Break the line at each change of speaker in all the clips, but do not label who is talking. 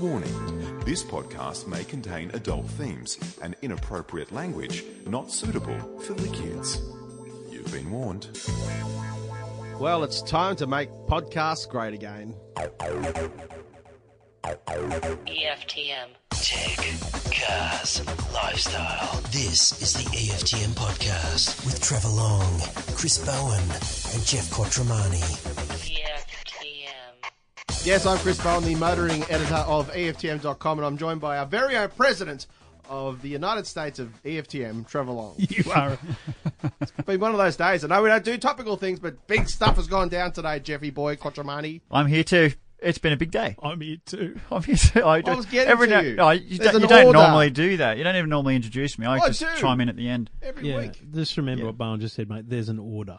Warning This podcast may contain adult themes and inappropriate language not suitable for the kids. You've been warned.
Well, it's time to make podcasts great again.
E EFTM.
Tech, cars, lifestyle. This is the EFTM podcast with Trevor Long, Chris Bowen, and Jeff Quattromani.
E EFTM.
Yes, I'm Chris Bowen, the motoring editor of E EFTM.com, and I'm joined by our very own president of the United States of E EFTM, Trevor Long.
You are.
It's been one of those days. I know we don't do topical things, but big stuff has gone down today, Jeffy boy, Quattromani.
I'm here too. It's been a big day.
I'm here too.
I'm here too. I, do-
I was getting
every
to
now-
you.
No, you
There's
don't, you
an
don't
order.
normally do that. You don't even normally introduce me. I,
I
just
do.
chime in at the end.
Every
Yeah.
week.
Just remember
Yeah.
what Bowen just said, mate. There's an order.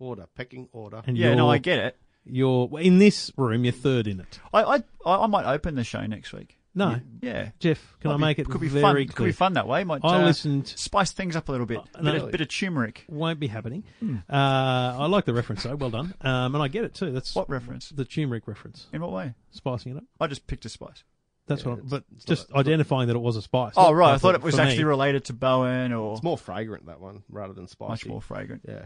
Order, pecking order.
And
Yeah,
you're,
no, I get it.
You're well, in this room. You're third in it.
I, I I I might open the show next week.
No,
Yeah.
Jeff. Can
Might
I
be-
make it
could be
very
fun.
clear?
Could be fun that way. Might
I
uh,
listened- Uh,
spice things up a little bit.
no.
bit, of, bit of turmeric.
Won't be happening.
Hmm.
Uh, I like the reference though. Well done. Um, and I get it too. That's
What reference?
the turmeric reference,
In what way?
spicing it up.
I just picked a spice.
That's what. I'm, but
not a-
just
it's not-
identifying that it was a spice.
Oh right, I
That's
thought
what-
it was
for me.
actually related to Bowen or
It's more fragrant, that one, rather than spicy.
much more fragrant.
Yeah.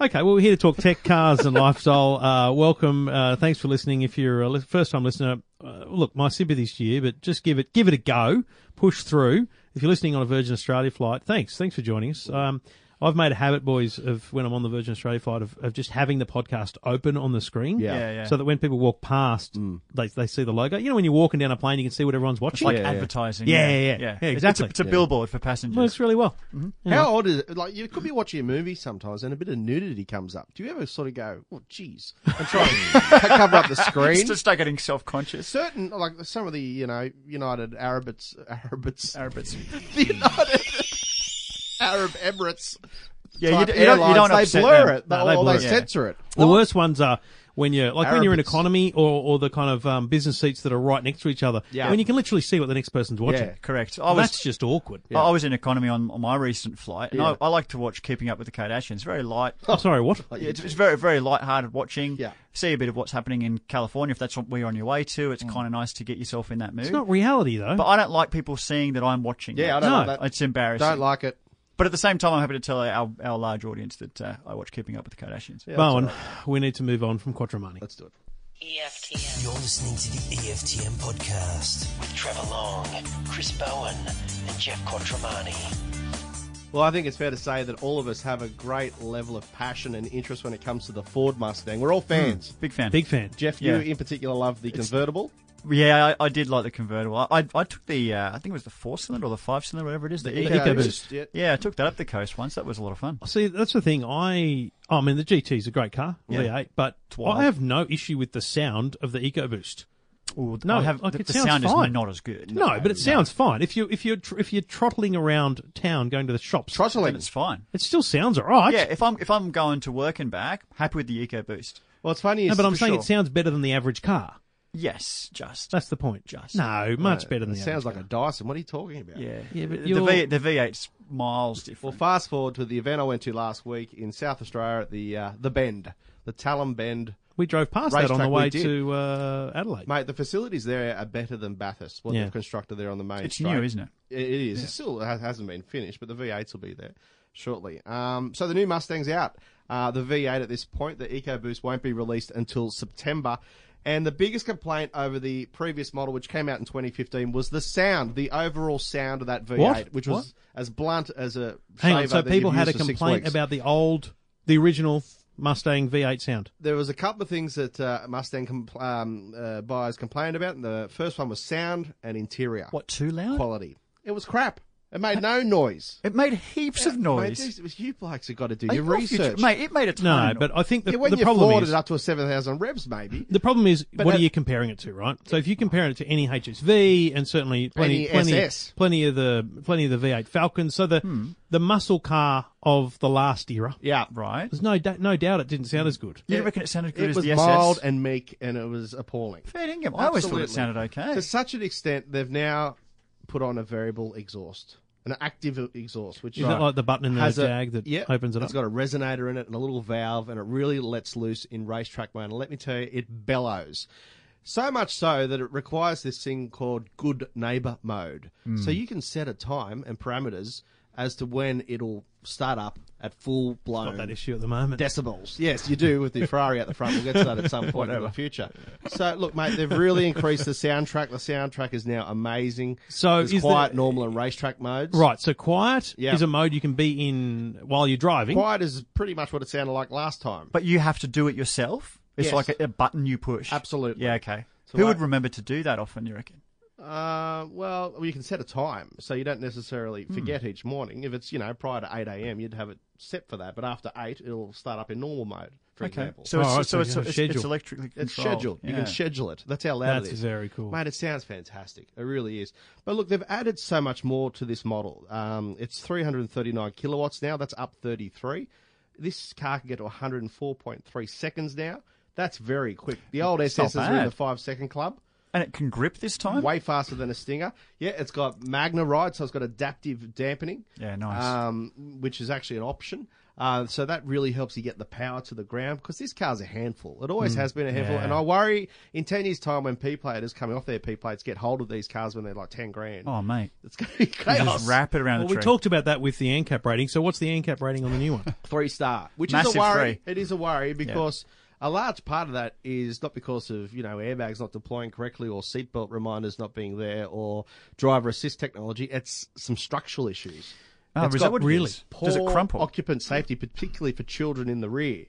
Okay, well, we're here to talk tech, cars, and lifestyle. Uh, welcome. Uh, thanks for listening. If you're a li- first-time listener, uh, look, my sympathies to you, but just give it, give it a go. Push through. If you're listening on a Virgin Australia flight, thanks, thanks for joining us. Um, I've made a habit, boys, of when I'm on the Virgin Australia flight, of, of just having the podcast open on the screen,
Yeah.
Yeah, yeah.
so that when people walk past, they they see the logo. You know, when you're walking down a plane, you can see what everyone's
It's
watching.
like
yeah,
advertising.
Yeah, yeah,
yeah,
yeah. Yeah,
It's-
exactly.
It's a, it's a billboard for passengers.
works really well.
How old is it? Like, you could be watching a movie sometimes and a bit of nudity comes up. Do you ever sort of go, oh, jeez, and try and cover up the screen?
It's to start getting self-conscious.
certain like some of the you know United Arabits Arabits
Arabs.
the United Arab Emirates
Yeah, you,
type
d- you don't, you
airlines,
don't
they
upset
blur
them.
it they,
No, they
or
blur
they
it.
censor it
The worst ones are when you're like when you're in
Arabs.
economy or, or the kind of um, business seats that are right next to each other.
Yeah.
When you can literally see what the next person's watching.
Yeah.
Correct. I was
That's just awkward.
I I was in economy on, on my recent flight, and I, I like to watch Keeping Up with the Kardashians. Very light.
Oh, sorry, what?
Yeah, It's, it's very very light-hearted watching.
Yeah.
See a bit of what's happening in California if that's what we're on your way to.
Mm.
It's kind of nice to get yourself in that mood.
It's not reality though.
but I don't like people seeing that I'm watching.
yeah
that.
I don't
No.
like that
It's embarrassing.
don't like it
but at the same time, I'm happy to tell our, our large audience that uh, I watch Keeping Up with the Kardashians.
Bowen, we need to move on from Quattromani.
let's do it
E EFTM.
You're listening to the EFTM podcast with Trevor Long, Chris Bowen, and Jeff Quattromani.
well I think it's fair to say that all of us have a great level of passion and interest when it comes to the Ford Mustang we're all fans
Big fan.
Big fan.
Jeff
Yeah.
you in particular love the convertible
Yeah, I, I did like the convertible. I I, I took the uh, I think it was the four cylinder or the five cylinder, whatever it is. The,
Yeah,
Eco-
it was just- yeah.
Yeah, I took that up the coast once. That was a lot of fun.
See, that's the thing. I, I mean, the GT is a great car, V8, but
wild.
I have no issue with the sound of the EcoBoost.
no,
I-
have,
like,
the,
it
the
sounds
sound
fine.
is not as good.
No, but it sounds fine. If you if you're tr- if you're trottling around town going to the shops,
then
throttling
it's fine.
it still sounds all right.
Yeah, if I'm if I'm going to work and back, happy with the EcoBoost.
well it's funny
no,
is-
but I'm
for
saying
sure.
it sounds better than the average car.
Yes, just
That's the point.
Just.
no, much better than
it
the
sounds
average
like a Dyson what are you talking about
yeah.
Yeah, but
the, the
you're-
V the V8's miles
Well,
different.
fast forward to the event I went to last week in South Australia at the uh, the Bend, the Talon Bend.
We drove past that
Racetrack
on the way
we did.
to uh, Adelaide.
Mate, the facilities there are better than Bathurst, what
Yeah.
they've constructed there on the main
it's
straight.
new, isn't it?
It it is. It still ha- hasn't been finished, but the V8s will be there shortly. Um, so the new Mustang's out. Uh, the V8 at this point, the EcoBoost won't be released until September. And the biggest complaint over the previous model, which came out in 2015, was the sound, the overall sound of that V8,
What?
which was as blunt as a.
Hang
shaver
on, so
that you'd
people had a
used for six
complaint
weeks.
about the old, the original Mustang V8 sound.
there was a couple of things that uh, Mustang compl- um, uh, buyers complained about. And the first one was sound and interior
What too loud?
quality. It was crap. It made no noise.
It made heaps of
Mate,
noise.
these- it was you blokes have got to do
Are
your
you off your
research.
tr- mate. It made a ton.
No,
of noise.
but I think the,
yeah, when
the
you
problem
floored
is
it up to a seven thousand revs, maybe
the problem is
But
what
that-
are you comparing it to, right? So if you compare it to any HSV and certainly plenty,
Any
plenty,
SS.
plenty of the plenty of the V8 Falcons, so the the muscle car of the last era.
Hmm. yeah.
right?
There's no da- no doubt it didn't sound as good.
You reckon it sounded good
It
as
was
the SS?
mild and meek, and it was appalling.
Fair dinkum. I always thought
Absolutely.
it sounded okay.
To such an extent, they've now put on a variable exhaust, an active exhaust, which
Is it like the button in the
has a-
Jag that
yeah,
opens it up?
It's got a resonator in it and a little valve, and it really lets loose in racetrack mode. And let me tell you, it bellows. So much so that it requires this thing called good neighbor mode.
Hmm.
So you can set a time and parameters as to when it'll start up at full blown
Not that issue at the moment.
decibels. Yes, you do with the Ferrari at the front. We'll get to that at some point in the future. So, look, mate, they've really increased the soundtrack. The soundtrack is now amazing.
So
There's
is
quiet,
the-
normal, and racetrack modes.
Right, so quiet
Yeah.
is a mode you can be in while you're driving.
Quiet is pretty much what it sounded like last time.
But you have to do it yourself. It's
Yes.
like a, a button you push.
Absolutely.
Yeah. Okay. Who
like-
would remember to do that often? You reckon?
Uh, well, you can set a time, so you don't necessarily
Hmm.
forget each morning. If it's you know prior to eight a.m., you'd have it set for that. But after eight, it'll start up in normal mode. For example,
So it's,
Alright, Oh, so
so
you
it's,
have a
it's,
schedule.
it's electrically
It's
controlled.
scheduled. You
Yeah.
can schedule it. That's how loud it
That's
is.
very cool.
Mate, it sounds fantastic. It really is. But look, they've added so much more to this model. Um, it's 339 kilowatts now. That's up 33. This car can get to 104.3 seconds now. That's very quick. The old
not
SSs are in
bad.
the five second club.
and it can grip this time.
Way faster than a Stinger. Yeah, it's got Magna ride, so it's got adaptive dampening.
Yeah, nice.
Um, which is actually an option. Uh, so that really helps you get the power to the ground because this car's a handful. It always has been a handful,
Mm. yeah.
and I worry in ten years' time when P platers coming off their P plates get hold of these cars when they're like ten grand.
Oh mate,
It's going to be chaos.
just wrap it around
Well,
the
we
tree.
talked about that with the ANCAP rating. So what's the ANCAP rating on the new one?
three star, which is a
Massive
worry. It is a worry because a large part of that is not because of you know airbags not deploying correctly or seatbelt reminders not being there or driver assist technology. It's some structural issues.
Oh,
It's
is that
got
what it
really
is?
poor
Does it crumple?
occupant safety, particularly for children in the rear.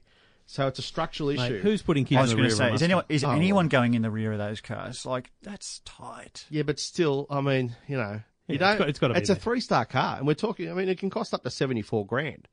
So it's a structural issue.
Mate, who's putting kids
I was
in the
going
rear
to
of
say,
a
is anyone is
Oh,
anyone going in the rear of those cars? Like that's tight.
Yeah, but still, I mean, you know, you
Yeah, it's
don't.
got- it's gotta be
a
there.
three star car, and we're talking. I mean, it can cost up to seventy four grand.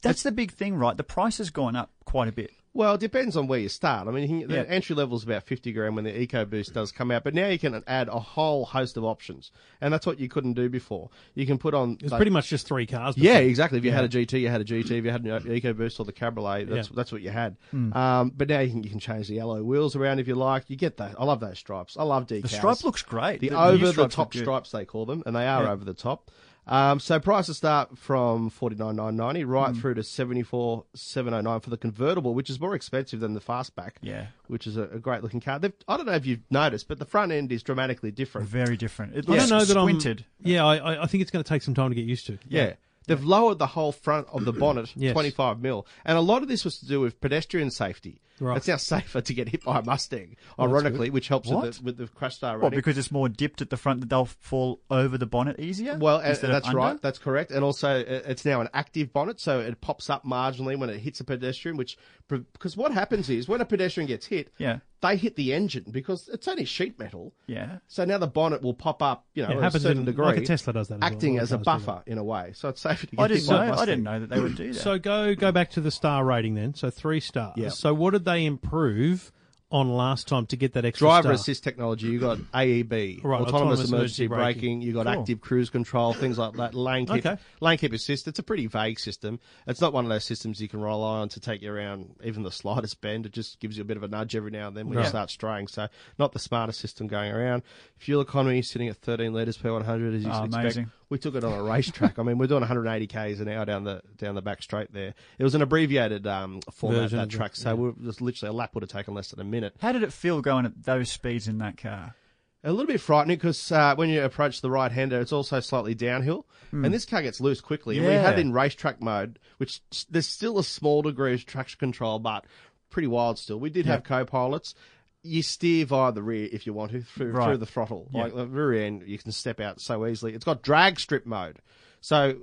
That's the big thing, right? The price has gone up quite a bit.
Well, it depends on where you start. I mean, you can-
Yeah.
the entry level is about 50 grand when the EcoBoost does come out, but now you can add a whole host of options. And that's what you couldn't do before. You can put on.
It's
like-
pretty much just three cars. but-
yeah, exactly. If you had a GT, you had a GT. If you had an E- EcoBoost or the Cabriolet, that's
Yeah.
that's what you had.
Hmm.
Um, but now you can, you can change the alloy wheels around if you like. You get that. I love those stripes. I love decals.
The stripe looks great.
The,
The- the new
over the
stripes
top
look good.
stripes they call them, and they are over the top. Um, so prices start from forty nine nine ninety right
Hmm.
through to seventy four seven oh nine for the convertible, which is more expensive than the fastback.
Yeah.
which is a, a great looking car. They've, I don't know if you've noticed, but the front end is dramatically different.
Very different. It
I
looks
don't know that
squinted.
I'm. Yeah, I, I- I think it's going to take some time to get used to.
Yeah. They've lowered the whole front of the bonnet
Yes.
25 mil. And a lot of this was to do with pedestrian safety.
Right.
It's now safer to get hit by a Mustang, ironically, which helps with
What?
the, with the crash star
What,
rating.
because it's more dipped at the front that they'll fall over the bonnet easier?
well, and,
instead
and
of
that's
under?
right. That's correct. And also, uh, it's now an active bonnet, so it pops up marginally when it hits a pedestrian, which, because what happens is when a pedestrian gets hit,
Yeah.
they hit the engine because it's only sheet metal.
Yeah.
So now the bonnet will pop up, you know,
Yeah, it
at a
happens
certain
in-
degree.
like a Tesla does that as well.
Acting
All
as a
cars do that.
buffer in a way. So it's safer to get
I
hit
didn't
by a
know. I
Mustang.
didn't know that they would do that.
So go go back to the star rating then. So three stars.
Yeah.
So what did they improve on last time to get that extra
driver
star?
assist technology. You got AEB,
Right,
autonomous,
autonomous
emergency
emergency
braking.
braking.
You got active cruise control, things like that. Lane keep,
Okay.
lane keep assist. It's a pretty vague system. It's not one of those systems you can rely on to take you around even the slightest bend. It just gives you a bit of a nudge every now and then when you
Right.
start straying. So not the smartest system going around. Fuel economy sitting at 13 liters per 100 as you
Oh,
Ah,
should expect.
amazing.
We took it on a racetrack. I mean, we're doing 180 k's an hour down the down the back straight there. It was an abbreviated um, format
Version
that
of the-
track, so we just literally a lap would have taken less than a minute.
How did it feel going at those speeds in that car?
A little bit frightening because uh, when you approach the right hander, it's also slightly downhill, and this car gets loose quickly. And we
Yeah.
had it in racetrack mode, which s- there's still a small degree of traction control, but pretty wild still. We did have co-pilots. You steer via the rear if you want to through,
Right.
through the throttle. Like the rear end, you can step out so easily. It's got drag strip mode, so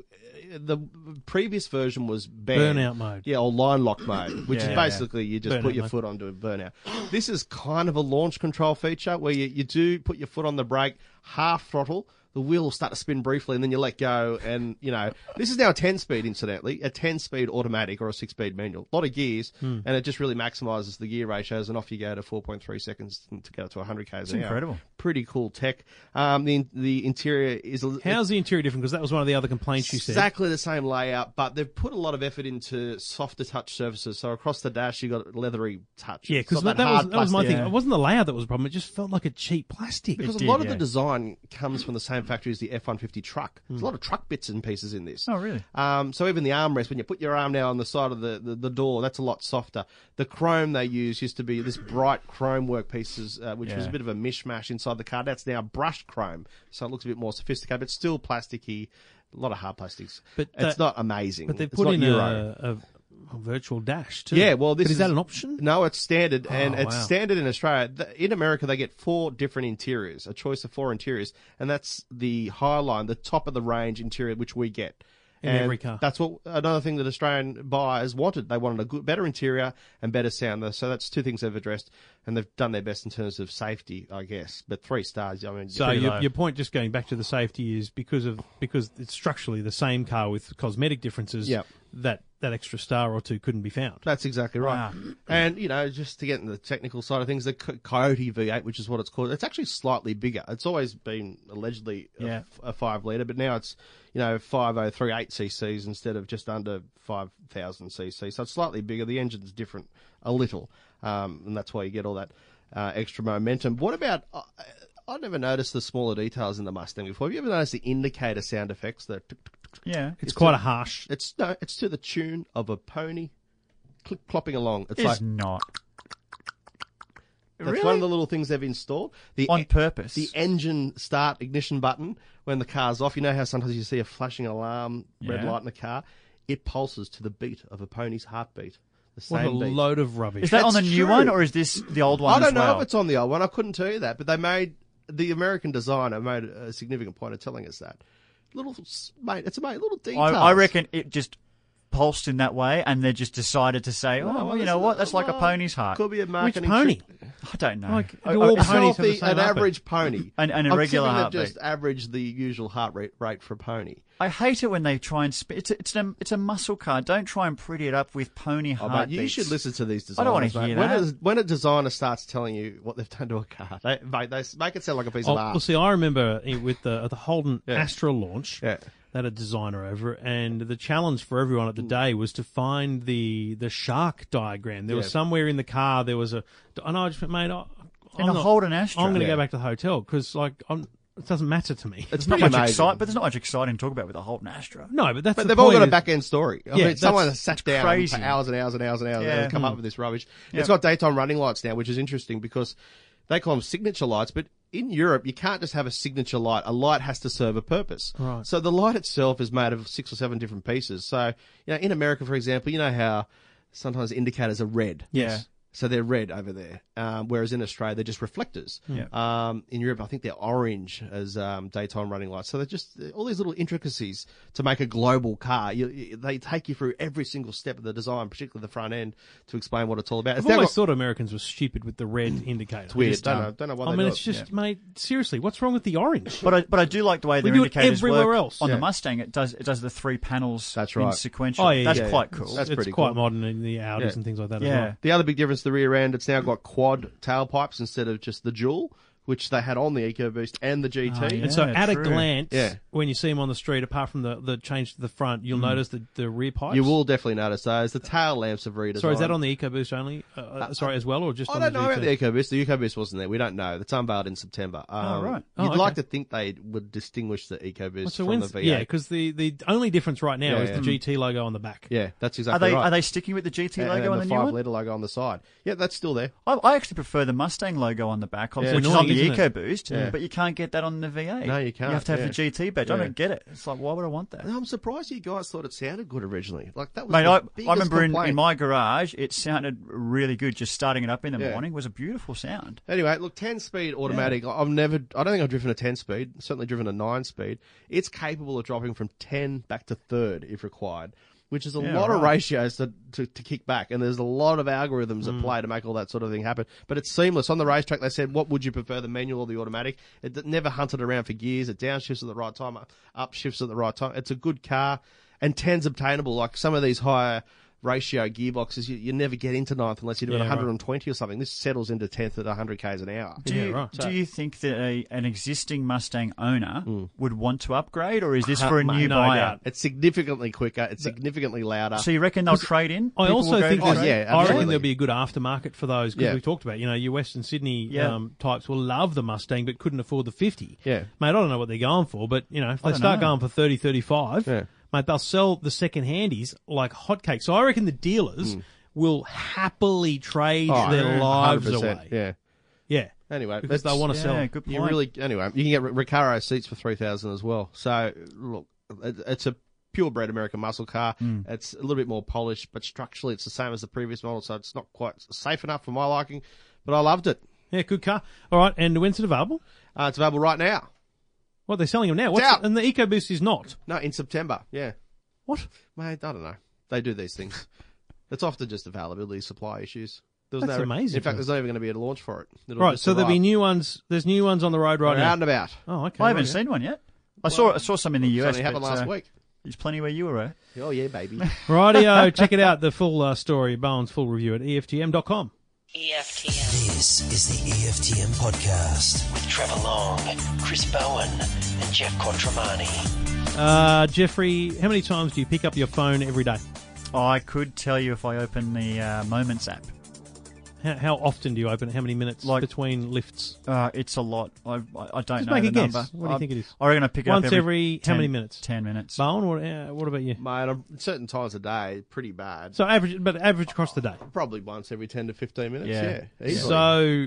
uh, the previous version was banned.
Burnout mode.
Yeah, or line lock mode, which
Yeah,
is
yeah.
basically you just
Burnout
put your
mode.
foot onto a burnout. This is kind of a launch control feature where you, you do put your foot on the brake, half throttle, the wheel will start to spin briefly, and then you let go. And, you know, this is now a 10 speed, incidentally, a 10 speed automatic or a 6 speed manual. A lot of gears, and it just really maximizes the gear ratios, and off you go to 4.3 seconds to go to 100 k's an hour.
incredible.
Pretty cool tech. Um, the, the interior is a
How's the interior different? Because that was one of the other complaints you said.
Exactly the same layout, but they've put a lot of effort into softer touch surfaces. So across the dash, you got leathery touch.
Yeah,
It's
because
not
that, was
hard
that was my
plastic.
thing.
Yeah.
It wasn't the layout that was a problem. It just felt like a cheap plastic.
Because
It
a lot
did,
of the
yeah.
design comes from the same factory is the F-150 truck. There's a lot of truck bits and pieces in this.
Oh, really?
Um, so even the armrest, when you put your arm now on the side of the, the, the door, that's a lot softer. The chrome they use used to be this bright chrome work pieces, uh, which was a
Yeah.
bit of a mishmash inside the car. That's now brushed chrome, so it looks a bit more sophisticated, but still plasticky. A lot of hard plastics,
But
it's
that-
not amazing.
But they've
It's
put
not
in
Euro.
a, a, a virtual dash too.
Yeah, well,
But
this
is, that
is-
an option?
No, it's standard, and
Oh,
it's
wow.
standard in Australia. The- In America, they get four different interiors, a choice of four interiors, and that's the high line, the top of the range interior, which we get.
In
And
every car.
That's what another thing that Australian buyers wanted. They wanted a good, better interior and better sound. So that's two things they've addressed, and they've done their best in terms of safety, I guess. But three stars, I mean,
So
pretty low.
your, your point, just going back to the safety, is because of because it's structurally the same car with cosmetic differences.
Yep.
That that extra star or two couldn't be found.
That's exactly right. And, you know, just to get into the technical side of things, the Co- Coyote V8, which is what it's called, it's actually slightly bigger. It's always been allegedly a
Yeah.
f- a, five litre, but now it's, you know, 5038 cc's instead of just under 5000 cc. So it's slightly bigger. The engine's different a little. Um, and that's why you get all that uh, extra momentum. What about. Uh, I never noticed the smaller details in the Mustang before. Have you ever noticed the indicator sound effects? The tick, tick, tick, tick?
Yeah.
It's, quite a harsh.
it's no, it's to the tune of a pony clip clopping along. It's like
It's not.
That's one of the little things they've installed. The e-,
On purpose.
the engine start ignition button when the car's off. You know how sometimes you see a flashing alarm, red
Yeah.
light in the car. It pulses to the beat of a pony's heartbeat. The
What
same
a
beat.
load of rubbish.
Is that on the
That's
new
true.
one or is this the old one?
I
as
don't know
well?
if it's on the old one. I couldn't tell you that, but they made the American designer made a significant point of telling us that. Little s- mate, it's a mate, little details.
I, I reckon it just pulsed in that way, and they just decided to say, "Oh,
Oh,
well, you
that's
know
a-
what? That's like a
well,
pony's heart."
Could be a
Which
marketing
pony?
trick.
I don't know.
Like,
I-
do
I-
all
A
ponies have the
healthy,
same
an
heartbeat?
average pony,
And- and a
I'm
regular
tipping they've
heartbeat.
Just average the usual heart rate, rate for a pony.
I hate it when they try and spit. It's a, it's, an, it's a muscle car. Don't try and pretty it up with pony
Oh,
heart.
mate, you should listen to these designers.
I don't wanna
mate.
hear
when
that.
A, when a designer starts telling you what they've done to a car, they, mate, they s- make it sound like a piece
Oh,
of art.
well, see, I remember it with the the Holden
Yeah.
Astra launch.
Yeah.
They had a designer over, and the challenge for everyone
Mm.
at the day was to find the the shark diagram. There was
Yeah.
somewhere in the car. There was a, and I just went, mate, I,
In
I'm
a
not-
Holden Astra.
I'm going to
Yeah.
go back to the hotel because like I'm, it doesn't matter to me.
It's
Not
pretty
much
amazing.
exciting, but there's not much exciting to talk about with a Holden Astra.
No, but that's
But
the
they've all
point
got a
is-
back end story. I
Yeah,
mean, someone has
that's-
sat
that's
down
crazy.
for hours and hours and hours and hours
Yeah.
and come up with this rubbish. It's got daytime running lights now, which is interesting because they call them signature lights, but in Europe, you can't just have a signature light. A light has to serve a purpose.
Right.
So the light itself is made of six or seven different pieces. So, you know, in America, for example, you know how sometimes indicators are red.
Yes.
So they're red over there, um, whereas in Australia they're just reflectors.
Yeah.
Um, in Europe, I think they're orange as um, daytime running lights. So they're just all these little intricacies to make a global car. You, you- they take you through every single step of the design, particularly the front end, to explain what it's all about. It's
I've
now
always
got- Mm.
thought Americans were stupid with the red indicator.
weird.
Just,
Don't
um,
know- don't know why
I
they
mean,
do
it's
it.
just, mate, seriously, what's wrong with the orange?
uh,
But I, but I do like the way their
do it
indicators
everywhere
work
else.
on
Yeah.
the Mustang. It does it does the three panels.
That's
In
right.
sequential.
Oh, yeah,
that's
yeah,
quite
yeah.
cool.
That's
it's
pretty
quite
cool.
modern in the Audis
Yeah.
and things like that as
Yeah.
well.
the other big difference: the rear end. It's now got quad tailpipes instead of just the dual, which they had on the EcoBoost and the GT.
Oh, yeah.
And so, at
true.
a glance,
Yeah. Mm.
when you see them on the street, apart from the, the change to the front, you'll notice the, the rear pipes.
You will definitely notice those. The tail lamps have redesigned.
Sorry, is that on the EcoBoost only? Uh, uh, sorry, as well, or just
I
on
don't
the
know
GT?
about the EcoBoost. The EcoBoost wasn't there. We don't know. It's unveiled in September. Um,
right.
Oh,
you'd
okay.
like to think they would distinguish the EcoBoost
Well, so
from
when's,
the V8.
yeah, because the, the only difference right now
Yeah,
is
yeah.
the GT logo on the back.
Yeah, that's
Are
exactly
they
right.
are they sticking with the GT
and,
logo
and
on
the,
the new
five
one?
letter logo on the side. Yeah, that's still there.
I, I actually prefer the Mustang logo on the back, obviously, which
Yeah.
is on the
Annoying, isn't it?
EcoBoost, but you can't get that on the V8.
No, you can't,
You have to have
yeah.
the GT badge. I
Yeah.
don't get it. It's like, why would I want that?
I'm surprised you guys thought it sounded good originally. Like that was
Mate,
the
I,
biggest
I remember in,
complaint.
in my garage, it sounded really good. Just starting it up in the
Yeah.
morning was a beautiful sound.
Anyway, look, 10 speed automatic. I've never, I don't think I've driven a 10 speed, certainly driven a 9 speed. It's capable of dropping from 10 back to third if required, which is a
Yeah,
lot of
right.
ratios to, to, to kick back. And there's a lot of algorithms
Hmm.
at play to make all that sort of thing happen. But it's seamless. On the racetrack, they said, what would you prefer, the manual or the automatic? It d- never hunted around for gears. It downshifts at the right time, upshifts at the right time. It's a good car. And 10's obtainable. Like some of these higher ratio gearboxes, you, you never get into ninth unless you're doing
Yeah, right.
120 or something. This settles into 10th at 100 k's an hour.
Do,
Yeah,
you,
right.
do you think that a, an existing Mustang owner would want to upgrade, or is this
Uh,
for a
mate,
new
Hmm. no
buyer?
doubt.
It's significantly quicker. It's significantly louder.
So you reckon they'll trade in?
I
People
also
will go
think
to
there's-
Oh,
trade?
yeah,
I
absolutely.
reckon there'll be a good aftermarket for those because
Yeah.
we talked about you know your Western Sydney
Yeah.
um, types will love the Mustang but couldn't afford the fifty.
Yeah.
mate, I don't know what they're going for, but you know if they
don't
start
know.
going for 30, 35,
Yeah.
mate, they'll sell the second handies like hotcakes. So I reckon the dealers will happily trade
Oh,
their lives
100%,
away.
Yeah.
Yeah.
Anyway,
because they
that's-
want to
Yeah,
sell.
good point.
You really anyway. You can get Recaro seats for three thousand as well. So look, it- it's a purebred American muscle car.
Mm.
It's a little bit more polished, but structurally it's the same as the previous model, so it's not quite safe enough for my liking. But I loved it.
Yeah, good car. All right, and when's it available?
Uh, it's available right now.
Well, they're selling them now. What's,
out.
and the EcoBoost is not.
No, in September. Yeah,
What?
mate. I don't know. They do these things. it's often just availability, supply issues. There
That's
no,
amazing,
In fact,
though.
there's not even going to be a launch for it. It'll
right,
just
so there'll be
arrive.
new ones. There's new ones on the round right
They're out
now.
and about.
Oh, okay.
I haven't
right.
seen one yet. I saw I saw some in the US.
Something happened
but,
last
uh,
week.
There's plenty where you were at.
Oh yeah, baby.
Rightio, check it out. The full uh, story, Bowen's full review at E EFTM.com.
E EFTM.
This is the EFTM podcast with Trevor Long, Chris Bowen, and Jeff Quattromani.
Uh, Jeffrey, how many times do you pick up your phone every day?
I could tell you if I open the uh, Moments app.
How, how often do you open it? How many minutes
Like-
between lifts?
Uh, it's a lot. I, I, I don't
Just
know
make
the
a guess.
number.
What do you
I,
think it is?
I reckon I pick it
Once
up every,
every- how
10
many minutes?
Ten minutes.
Bowen, what, uh, what about you?
Mate, on certain times a day, pretty bad.
So average, but average across the day.
Probably once every 10 to 15 minutes. Yeah.
Yeah.
easily.
So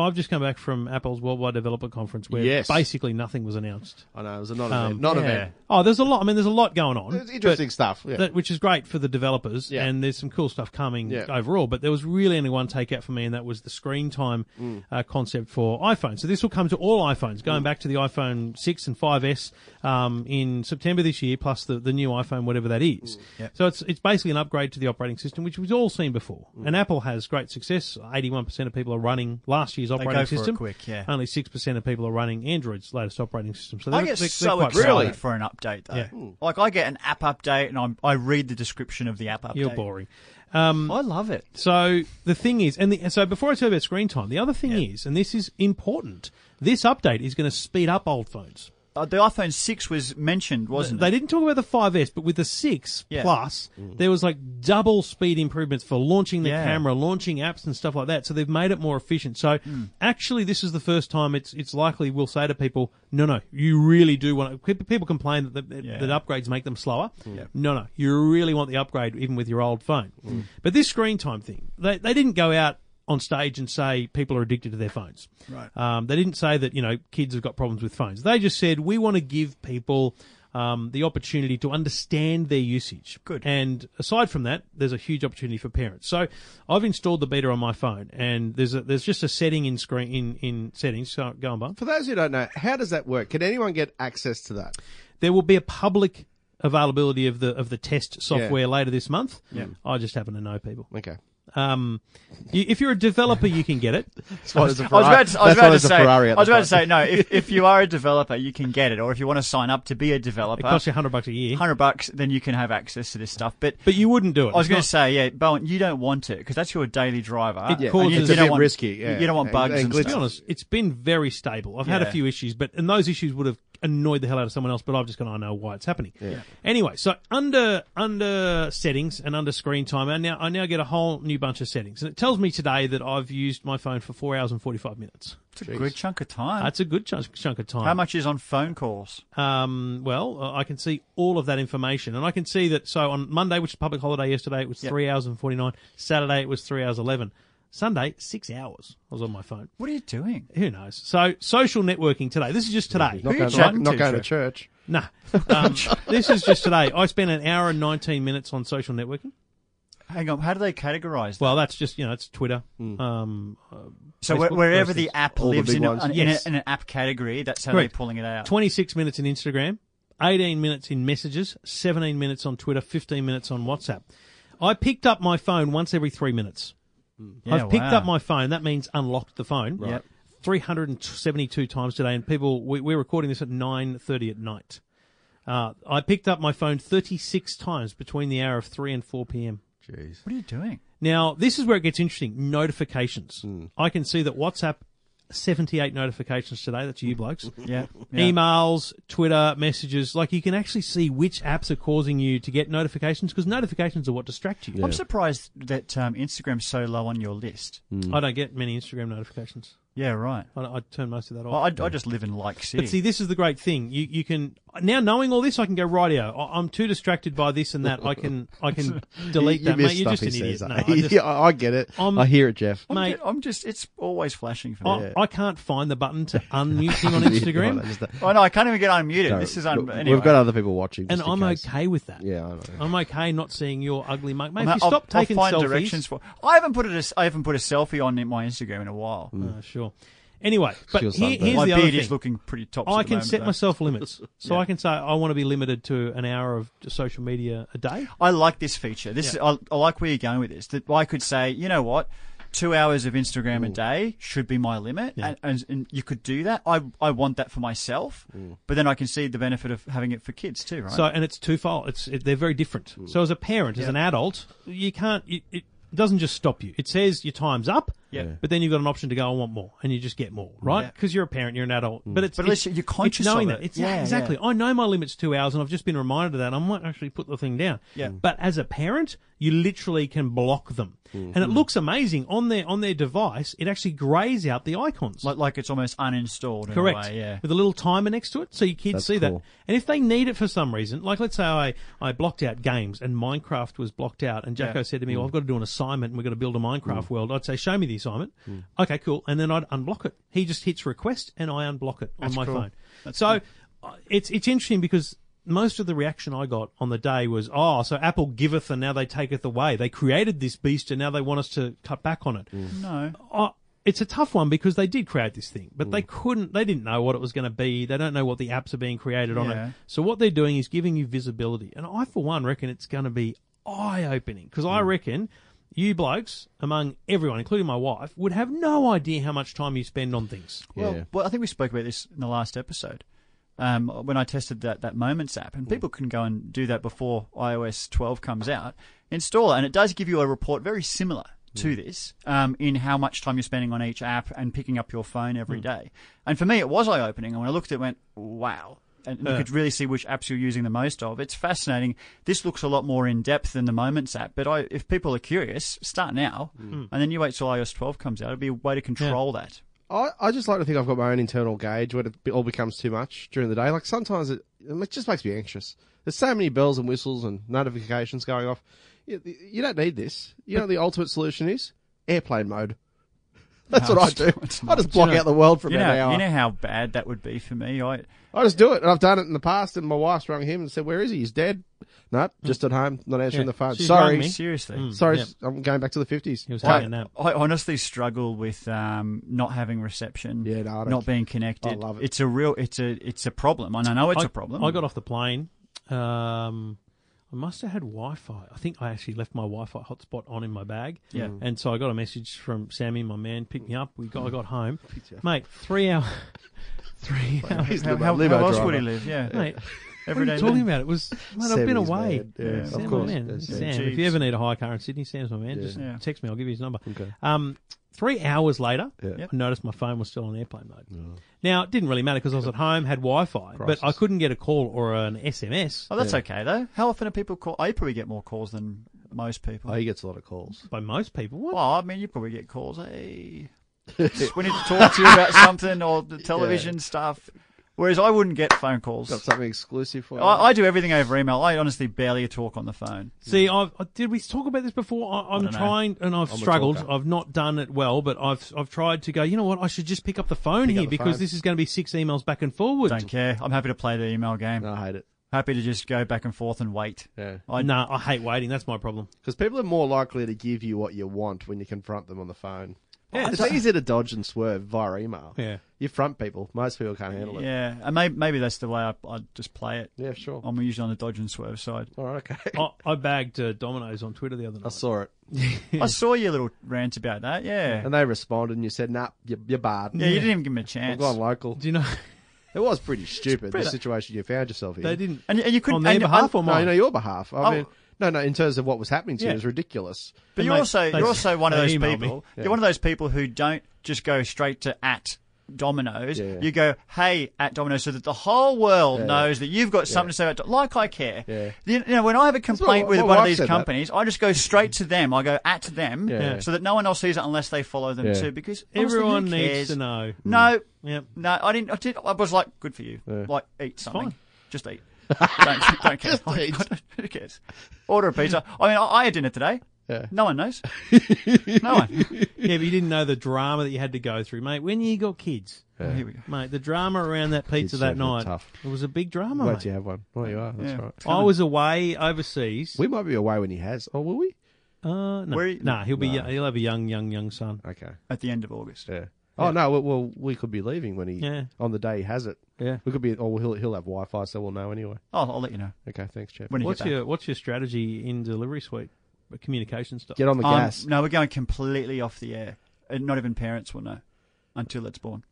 I've just come back from Apple's Worldwide Developer Conference where
Yes.
basically nothing was announced.
I know, it was a non-event.
Um,
non-event.
Oh, there's a lot. I mean, there's a lot going on.
It's interesting stuff. Yeah.
but that- which is great for the developers,
Yeah.
and there's some cool stuff coming
Yeah.
overall. But there was really only one takeout for me, and that was the screen time
Mm.
uh, concept for iPhone. So this will come to all iPhones, going back to the iPhone 6 and 5S um, in September this year, plus the, the new iPhone, whatever that is.
Mm.
So it's it's basically an upgrade to the operating system, which we've all seen before.
Mm.
And Apple has great success. 81% of people are running last year's operating
go for it
system.
quick, yeah.
Only 6% of people are running Android's latest operating system. So
I
they're-
get
they're- they're
so
quite
excited
proud of that.
for an update though.
Yeah.
Like I get an app update and I'm, I read the description of the app update.
You're boring.
I love it.
So the thing is, and the, so before I tell you about screen time, the other thing is, and this is important, this update is going to speed up old phones.
Uh, the iPhone six was mentioned, wasn't
They
it?
didn't talk about the 5S, but with the 6
Yeah. Mm.
Plus, there was like double speed improvements for launching the
Yeah.
camera, launching apps and stuff like that. So they've made it more efficient. So
Hmm.
actually, this is the first time it's it's likely we'll say to people, no, no, you really do want to. People complain that, the,
Yeah.
that upgrades make them slower. No, no, you really want the upgrade even with your old phone.
Hmm.
But this screen time thing, they, they didn't go out on stage and say people are addicted to their phones. Right. Um, they didn't say that you know kids have got problems with phones. They just said we want to give people um, the opportunity to understand their usage.
Good.
And aside from that, there's a huge opportunity for parents. So I've installed the beta on my phone, and there's a, there's just a setting in screen in in settings. So go on, Bun.
For those who don't know, how does that work? Can anyone get access to that?
There will be a public availability of the of the test software later this month. Yeah. I just happen to know people.
Okay.
Um, you, if you're a developer, you can get it.
I was,
I was about to, I was about to say, I was about to say, no. If, if you are a developer, you can get it, or if you want to sign up to be a
It
developer,
costs you hundred bucks a year,
hundred bucks, then you can have access to this stuff. But
but you wouldn't do it.
I was
It's
going
not-
to say, yeah, Bowen, you don't want it because that's your daily driver.
It
And you-
causes-
you
It's a
don't
bit
want-
risky, yeah.
You don't want
And-
bugs
and
and,
glitches.
to be
stuff.
honest, it's been very stable. I've had a
Yeah.
few issues, but and those issues would have annoyed the hell out of someone else. But I've just gone, I know why it's happening. Anyway, so under under settings and under screen time, I now I now get a whole new bunch of settings, and it tells me today that I've used my phone for four hours and forty five minutes.
It's a good chunk of time.
That's a good chunk, chunk of time.
How much is on phone calls?
Um, well, uh, I can see all of that information, and I can see that. So on Monday, which is public holiday yesterday, it was three hours and forty nine. Saturday, it was three hours eleven. Sunday, six hours. I was on my phone.
What are you doing?
Who knows? So social networking today. This is just today.
Not,
you
going,
chatting
not
to,
going to
Trev?
church.
Nah, um, this is just today. I spent an hour and nineteen minutes on social networking.
Hang on. How do they categorize?
Well, that's just you know, it's Twitter. Um,
So
Facebook,
where- wherever
those
the
things.
app
All the
lives
big
in, a,
ones.
in,
Yes.
a, in an app category, that's how
Correct.
they're pulling it out.
twenty six minutes in Instagram, eighteen minutes in messages, seventeen minutes on Twitter, fifteen minutes on WhatsApp. I picked up my phone once every three minutes.
Yeah,
I've picked
wow.
up my phone. That means unlocked the phone.
Yep.
372 times today, and people, we, we're recording this at 9.30 at night. Uh, I picked up my phone 36 times between the hour of 3 and 4 p.m.
Jeez.
What are you doing?
Now, this is where it gets interesting. Notifications.
Hmm.
I can see that WhatsApp, 78 notifications today. That's you blokes.
Yeah. yeah.
Emails, Twitter, messages. Like you can actually see which apps are causing you to get notifications because notifications are what distract you.
I'm surprised that um, Instagram's so low on your list.
I don't get many Instagram notifications.
Yeah, right.
I, I turn most of that off.
Well, I, I just live in like city.
But see, this is the great thing. You you can now knowing all this, I can go rightio. I- I'm too distracted by this and that. I can I can delete that, mate.
missed
You're
stuff,
just an
he
idiot.
says.
No, I, just,
Yeah, I I get it.
I'm-
I hear it, Jeff.
I'm,
Mate. Oh.
ju- I'm just, it's always flashing for me.
I, I can't find the button to unmute him on Instagram,
Oh no, I can't even get unmuted.
No,
this is un-
look,
anyway.
We've got other people watching.
and
just in
I'm
case.
okay with that.
Yeah, I know.
I'm okay not seeing your ugly mug. Mate,
I'll-
if you stop
I'll,
taking
I'll find
selfies.
directions for. I haven't put a, s- I haven't put a selfie on my Instagram in a while.
Uh, sure. Anyway, but
Hmm. Sure,
here,
Sunday.
here's
my
the other
beard is
thing.
looking pretty top.
I can set
though.
myself limits, so I can say I want to be limited to an hour of social media a day.
I like this feature. This is, I, I like where you're going with this. That I could say, you know what, two hours of Instagram a day should be my limit, and, and, and you could do that. I I want that for myself, but then I can see the benefit of having it for kids too, right? Mm.
So, and it's twofold. It's it, they're very different. So, as a parent, as an adult, you can't. You, it doesn't just stop you. It says your time's up.
Yeah. Mm. Yeah.
But then you've got an option to go. I want more, and you just get more,
Yeah.
right? Because you're a parent, you're an adult. But it's
But at least
it's-
you're conscious
it's knowing
of it.
that. It's,
Yeah,
exactly.
yeah.
I know my limit's two hours, and I've just been reminded of that. I might actually put the thing down.
Yeah.
But as a parent, you literally can block them,
Mm-hmm.
and it looks amazing on their on their device. It actually grays out the icons.
like like it's almost uninstalled. in a
Correct.
way, yeah.
With a little timer next to it, so your kids
That's
see that.
cool.
And if they need it for some reason, like let's say I, I blocked out games and Minecraft was blocked out, and Jacko
Yeah.
said to
Mm.
me, well, I've got to do an assignment and we've got to build a Minecraft world. I'd say, show me the assignment.
Mm.
Okay, cool. And then I'd unblock it. He just hits request and I unblock it on my phone. so uh it's, it's interesting because most of the reaction I got on the day was, oh, so Apple giveth and now they taketh away. They created this beast and now they want us to cut back on it
Mm.
No,
uh, it's a tough one because they did create this thing, but
Mm.
they couldn't, they didn't know what it was going to be. They don't know what the apps are being created on
Yeah.
it. So what they're doing is giving you visibility. And I, for one, reckon it's going to be eye opening because I
Mm.
reckon you blokes, among everyone, including my wife, would have no idea how much time you spend on things.
Well,
Yeah.
well, I think we spoke about this in the last episode um, when I tested that, that Moments app, and people can go and do that before iOS 12 comes out. Install it, and it does give you a report very similar to this um, in how much time you're spending on each app and picking up your phone every day. And for me, it was eye opening. And when I looked at it, I went, wow. And you could really see which apps you're using the most of. It's fascinating. This looks a lot more in depth than the Moments app, but I, if people are curious, start now, and then you wait till iOS 12 comes out. It'll be a way to control that.
I, I just like to think I've got my own internal gauge when it be- all becomes too much during the day. Like sometimes it, it just makes me anxious. There's so many bells and whistles and notifications going off. You, you don't need this. You know what the ultimate solution is airplane mode. That's
No,
what I
it's
do.
not. It's
I
not.
just block
You know-
out the world for
you
about
know,
an hour.
You know how bad that would be for me. I
I just do it, and I've done it in the past. And my wife's rung him and said, "Where is he? He's dead." Nope,
Hmm.
just at home, not answering the
Yeah.
phone.
She's
Sorry,
rung me.
seriously,
sorry,
Yeah.
I'm going back to the fifties.
He was
I,
having a nap.
I honestly struggle with um, not having reception.
Yeah, no, I don't-
not being connected.
I love it.
It's a real. It's a. It's a problem, and I know it's
I-
a problem.
I got off the plane. Um, I must have had Wi-Fi. I think I actually left my Wi-Fi hotspot on in my bag.
Yeah.
And so I got a message from Sammy, my man, picked me up. We got, I got home, mate. Three hour, three hours.
How,
Limo-
how,
limo
how else
driver.
would he live? Yeah.
Mate,
Every
what are
day
you talking
man.
about? It was, mate, I've been
Sammy's
away.
mad. Yeah,
Sam,
of
my
course.
man.
Yes, yeah.
Sam, if
Jeez.
you ever need a hire car in Sydney, Sam's my man. Just
Yeah.
text me. I'll give you his number. Um, three hours later, I noticed my phone was still on airplane mode.
Oh.
Now, it didn't really matter because I was at home, had Wi-Fi, but I couldn't get a call or an SMS
Oh, that's okay though. How often do people call? I probably get more calls than most people.
Oh, he gets a lot of calls.
by most people. What?
well, I mean, you probably get calls. Hey, just we need to talk to you about something or the television stuff. Whereas I wouldn't get phone calls.
Got something exclusive for you.
I, I do everything over email. I honestly barely talk on the phone.
See, I've, I- did we talk about this before? I, I'm
don't know.
trying, and I've struggled. I've not done it well, but I've I've tried to go. You know what? I should just pick up the phone here
the
because
phone.
this is going to be six emails back and forward.
Don't care. I'm happy to play the email game.
No, I hate it.
Happy to just go back and forth and wait.
Yeah.
I,
Nah, I hate waiting. That's my problem.
Because people are more likely to give you what you want when you confront them on the phone.
Yeah,
it's easier to dodge and swerve via email.
Yeah.
You front people. Most people can't handle it.
Yeah, and maybe, maybe that's the way I, I just play it.
Yeah, sure.
I'm usually on the dodge and swerve side.
All right, okay.
I, I bagged uh, Domino's on Twitter the other
I
night.
saw it.
I saw your little rant about that. Yeah,
And they responded and you said, nah, you're, you're barred.
yeah, you didn't even give me a
I've
chance.
gone local.
Do you know
It was pretty stupid, the
pretty-
situation you found yourself in.
they didn't
And, and you couldn't.
on their
and you-
behalf
I-
or
No,
mine?
you know, your behalf. I
Oh.
mean, No, no. In terms of what was happening to you,
Yeah.
it was ridiculous.
But
And
you're
they-
also
they-
you're also one of
they
those
email me.
people.
Yeah.
You're one of those people who don't just go straight to at Domino's.
Yeah.
You go, hey, at Domino's, so that the whole world
Yeah.
knows that you've got something to say about. Do- Like I care.
Yeah.
You you know, when I have a complaint
my-
with
my
one of
wife
these
said that.
companies, I just go straight to them. I go at them,
Yeah.
so that no one else sees it unless they follow them
Yeah.
too. Because honestly, who
Everyone needs
cares?
to know.
No,
Yep.
no, I didn't. I, did, I was like, good for you.
Yeah.
Like, eat something.
fine.
Just eat. don't, don't care.
Just eat.
Who cares? Order a pizza. I mean, I, I had dinner today.
Yeah.
No one knows. no one.
Yeah, but you didn't know the drama that you had to go through, mate. When you got kids,
Oh, here we go.
mate, the drama around that pizza
Kids
that
certainly
night,
tough.
it was a big drama,
Wait
mate.
till you have one. Oh, you are. That's
Yeah.
right.
I was away overseas.
We might be away when he has. Oh, will we?
Uh, no,
Where you-
Nah, he'll be he'll have a young, young, young son.
Okay.
At the end of August.
Yeah. Oh no. Well, well, we could be leaving when he
Yeah.
on the day he has it.
Yeah.
We could be. Oh, well, he'll he'll have Wi-Fi, so we'll know anyway.
I'll, I'll let you know
Okay. Thanks, Jeff.
when you
What's
get back.
your What's your strategy in delivery suite, communication stuff?
Get on the
Um,
gas.
No, we're going completely off the air. And not even parents will know until it's born.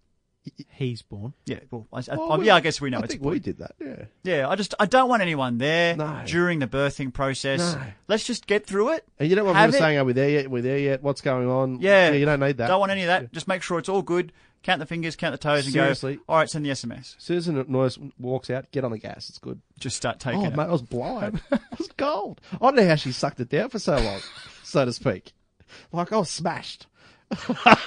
He's born.
Yeah, well, I, I,
Well,
I-
we-
um, yeah, I guess we know
I
it's
think
born.
we did that. Yeah.
Yeah, I just I don't want anyone there
No.
during the birthing process.
No.
Let's just get through it.
And you don't want
Have
people
it.
saying, "Are we there yet? We're there yet? What's going on?"
Yeah.
You don't need that.
Don't want any of that. Just make sure it's all good. Count the fingers, count the toes, and
Seriously.
go. All right, send the SMS.
As soon as the noise walks out, get on the gas. It's good.
Just start
Oh,
taking
mate,
it.
I was blind. it was cold. I don't know how she sucked it down for so long, so to speak. Like I was smashed. but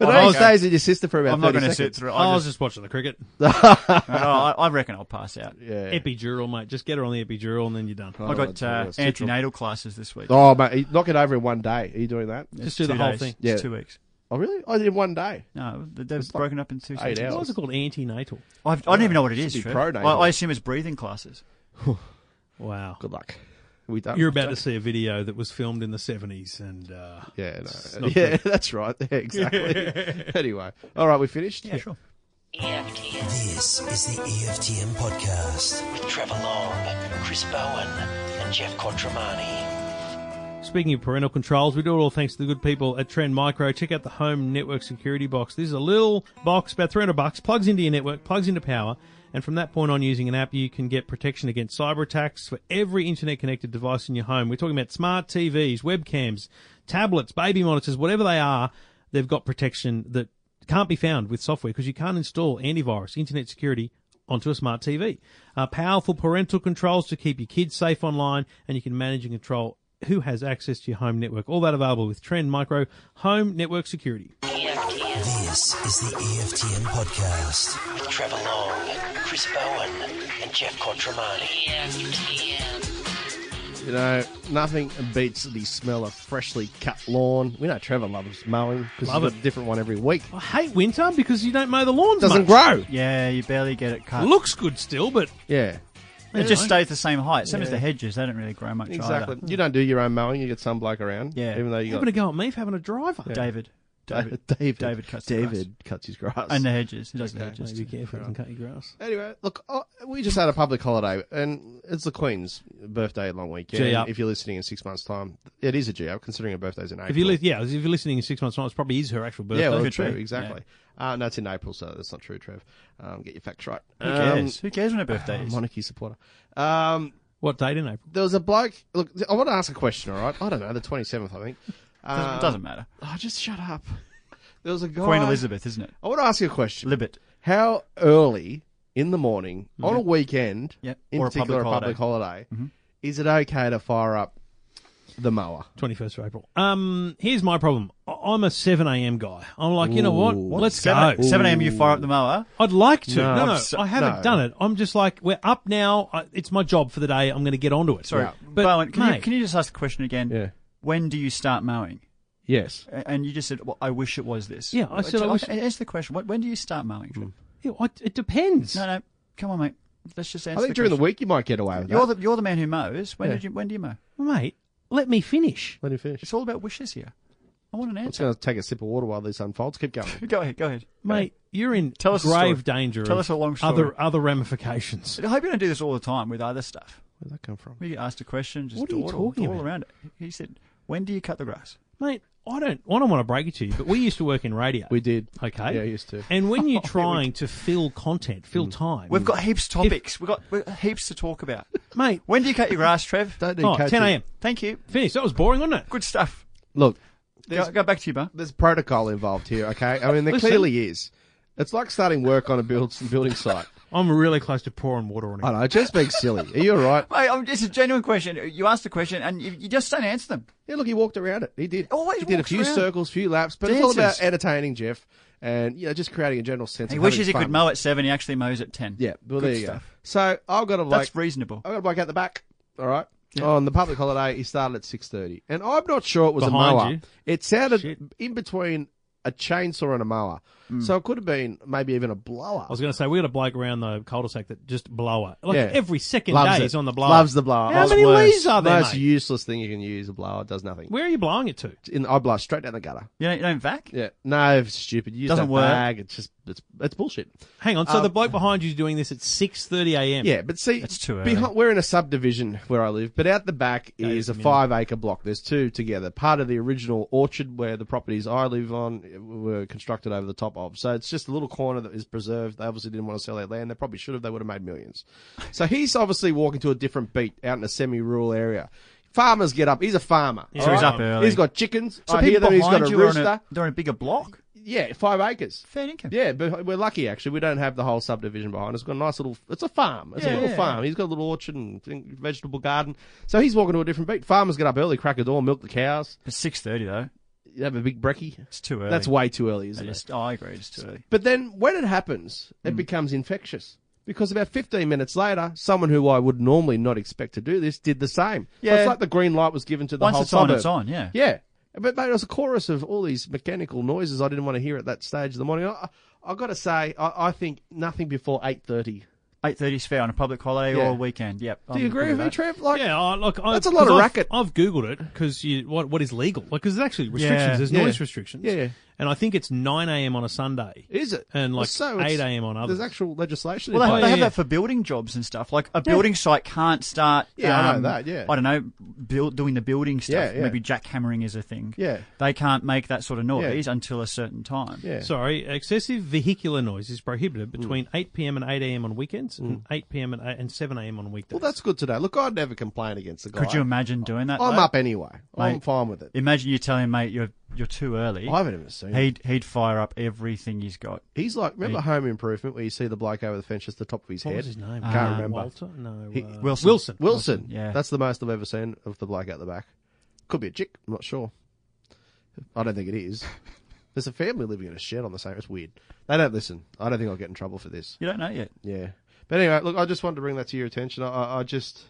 Well,
well,
I
only
was-
stays with your sister for about
I'm not
30
going to sit
seconds.
through. it.
I
I
was
just,
just watching the cricket.
oh, I, I reckon I'll pass out.
Yeah.
Epidural, mate. Just get her on the epidural, and then you're done.
I got
Oh,
uh,
it's too
antenatal classes this week.
Oh, mate, knock it over in one day. Are you doing that?
It's
do the
two
whole
days.
thing.
It's
Yeah.
two weeks.
Oh, really? I did one day.
No, they've
It's like
broken up in two
eight
sections.
hours.
What was it called? Antinatal.
I've, I don't even know what it is.
Should be
Trev.
pronatal.
I, I assume it's breathing classes.
Wow.
Good luck. We don't.
You're about to see a video that was filmed in the 70s, and uh,
Yeah, no.
not
yeah, that's right. Yeah, exactly. anyway, all right, we finished.
Yeah, sure.
E EFTM.
This is the EFTM podcast with Trevor Long, Chris Bowen, and Jeff Quattromani.
Speaking of parental controls, we do it all thanks to the good people at Trend Micro. Check out the Home Network Security Box. This is a little box, about 300 bucks, plugs into your network, plugs into power, and from that point on, using an app, you can get protection against cyber attacks for every internet connected device in your home. We're talking about smart TVs, webcams, tablets, baby monitors, whatever they are, they've got protection that can't be found with software because you can't install antivirus, internet security onto a smart TV. Uh, powerful parental controls to keep your kids safe online, and you can manage and control who has access to your home network. All that available with Trend Micro Home Network Security.
E EFTM.
This is the E EFTM podcast with Trevor Long, Chris Bowen, and Jeff Quattromani.
E EFTM.
You know, nothing beats the smell of freshly cut lawn. We know Trevor loves mowing because
Love
he's got
it.
a different one every week.
I hate winter because you don't mow the lawns.
Doesn't
much.
grow.
Yeah, you barely get it cut.
Looks good still, but
Yeah,
it just stays the same height. Same as the hedges. They don't really grow much
exactly.
either.
You don't do your own mowing. You get some bloke around.
Yeah.
even though you
having
got
a go at me for having a driver.
David. David.
David.
David cuts the
David cuts his grass.
And the hedges. He does the
Just
hedges.
be careful
uh,
and cut your grass.
Anyway, look, oh, we just had a public holiday, and it's the Queen's birthday long weekend.
Gee up.
If you're listening in six months' time, it is a G up, considering her birthday's in April.
If you li- yeah, if you're listening in six months' time, it's probably is her actual birthday.
yeah, well,
Could
true,
be.
exactly. Uh, no, it's in April, so that's not true, Trev. Um, uh, get your facts right. Um,
Who cares? Who cares when her birthday is?
monarchy supporter. Um,
what date in April?
there was a bloke. Look, I want to ask a question. All right, I don't know the 27th, I think.
Doesn't,
Um,
doesn't matter.
Oh, just shut up. There was a guy.
Queen Elizabeth, isn't it?
I want to ask you a question.
Libet.
How early in the morning on a weekend,
Mm-hmm. Yep.
in
Or a
particular
public Mm-hmm.
a public holiday, is it okay to fire up the mower?
21st of April. Um, here's my problem. I- I'm a 7 a.m. guy. I'm like, you know what? Let's go.
7, 7
Oh.
a.m. You fire up the mower.
I'd like to.
No.
No, no,
I'm
so-
I haven't
no.
done it. I'm just like, we're up now. I, it's my job for the day. I'm going to get onto it.
Sorry,
But,
Bowen, can, you,
mate.
can you just ask the question again?
Yeah.
When do you start mowing?
Yes.
A- And you just said, well, I wish it was this.
Yeah, I said I
Okay,
wish-
Answer the question. When- When do you start mowing?
Hmm.
Trev?
Yeah, I- it depends.
No, no. Come on, mate. Let's just answer
I think
the
during the
question.
week you might get away with
You're
that.
the, you're the man who mows. When,
Yeah.
did you, when do you mow?
Mate, let me finish.
Let him finish.
It's all about wishes here. I want an
I'm just
answer.
going to take a sip of water while this unfolds. Keep going.
Go ahead. Go ahead.
Mate, you're in
Tell us a
grave
story.
danger.
Tell
of
us a long story.
Other, other ramifications.
I hope you don't do this all the time with other stuff.
Where'd that come from?
We get asked a question, just
What are you
dawdle,
talking
dawdle
about?
around it. He said, "When do you cut the grass?"
Mate, I don't, I don't want to break it to you, but we used to work in radio.
We did.
Okay.
Yeah, used to. Mm.
And when you're trying to fill content, fill
Hmm.
time.
Oh, We've got heaps of topics. We've got we've got heaps to talk about.
mate.
When do you cut your grass, Trev?
Don't need
Oh,
coaching.
10 a.m.
Thank you.
Finished. That was boring, wasn't it?
Good stuff.
Look,
Go, go back to you, Bar.
there's protocol involved here. Okay, I mean there
Listen.
clearly is. It's like starting work on a build building site.
I'm really close to pouring water on it.
I know, just being silly. Are you all right?
Mate, I'm- um, it's a genuine question. You asked the question and you, you just don't answer them.
Yeah, look, he walked around it. He did.
Always
he did a
walks
few
around.
circles, few laps, but it's all about
Dances.
entertaining Jeff and you know just creating a general sense.
He
of
wishes he
having
could
fun.
mow at seven. He actually mows at ten.
Yeah, well
Good
there you
stuff. uh,
go. So I've got a bloke.
That's reasonable.
I've got a bloke out the back. All right. On the public holiday, he started at six thirty, and I'm not sure it was
Behind
a mower.
you?
It sounded
Shit. Hmm.
in between a chainsaw and a mower, so it could have been maybe even a blower.
I was going to say, we got a bloke around the cul-de-sac that just blower. Like
Yeah.
every second
Loves
day
it.
he's on the blower.
Loves the blower.
How
Most
many
worst-
leaves are there,
Most
mate?
useless thing you can use a blower. It does nothing.
Where are you blowing it to?
In, I blow straight down the gutter.
You don't, you don't vac?
Yeah, no, it's stupid. Use
Doesn't
that
work.
bag. It's just it's it's bullshit.
Hang on. So the bloke behind you is doing this at 6.30 a.m.
Um, Yeah, but see,
It's too
behi-
early.
we're in a subdivision where I live, but out the back is a
minute.
five acre block. There's two together. Part of the original orchard where the properties I live on were constructed over the top of. So it's just a little corner that is preserved. They obviously didn't want to sell their land. They probably should have. They would have made millions. So he's obviously walking to a different beat out in a semi rural area. Farmers get up. He's a farmer.
So he's
alright?
up early.
He's got chickens.
So
I hear
people
that he's got
behind
a
you are on
rooster.
a, they're on a bigger block.
Yeah, five acres.
Fair income.
Yeah, but we're lucky actually. We don't have the whole subdivision behind us. It's got a nice little. It's a farm. It's a
Yeah,
little
yeah.
farm. He's got a little orchard and thing- vegetable garden. So he's walking to a different beat. Farmers get up early, crack a door, milk the cows,
It's six thirty though.
you have a big brekkie.
It's too early.
That's way too early,
I
isn't it?
just, oh, I agree. It's too early.
But then when it happens,
Mm.
it becomes infectious. Because about 15 minutes later, someone who I would normally not expect to do this did the same. So
Yeah.
it's like the green light was given to the
Once
whole
it's on,
suburb.
it's on. Yeah.
Yeah. But mate, it was a chorus of all these mechanical noises I didn't want to hear at that stage of the morning. I, I got to say, I, I think nothing before eight thirty.
Eight thirty is fair on a public holiday
Yeah.
or weekend. Yep.
Do you agree with me, Trev? Like,
Yeah, I, look, I,
That's a lot of
'cause I've-
racket.
I've googled it because what what is legal? Like, because there's actually restrictions.
Yeah.
There's
Yeah.
noise restrictions.
Yeah, yeah.
and I think it's nine a.m. on a Sunday.
is it?
And, like,
so it's-
8 a.m. on others.
There's actual legislation. in
Well, they,
place.
they have
yeah.
that for building jobs and stuff. Like a building site can't start.
Yeah, I know
um,
that, yeah.
I don't know, build, doing the building
Yeah,
stuff.
yeah.
Maybe jackhammering is a thing.
Yeah.
They can't make that sort of noise until a certain time.
yeah. Hmm.
Sorry, excessive vehicular noise is prohibited between 8 p.m. and 8 a.m. on weekends, and 8 p.m. And, 8, and 7 a.m. on weekdays.
well, that's good to know. Look, I'd never complain against the guy.
Could you imagine doing that?
I'm
though?
up anyway. I'm
Mate.
fine with it.
Imagine you telling him, mate, you're you're too early.
I haven't even seen. it.
He'd he'd fire up everything he's got.
He's like, remember Home Improvement where you see the bloke over the fence, just the top of his
what
head.
was his name?
Can't
Uh,
remember.
Walter? No.
He-
uh,
Wilson.
Wilson.
Wilson.
yeah.
That's the most I've ever seen of the bloke out the back. Could be a chick. I'm not sure. I don't think it is. There's a family living in a shed on the same. It's weird. They don't listen. I don't think I'll get in trouble for this.
You don't know yet.
Yeah. But anyway, look, I just wanted to bring that to your attention. I, I, I just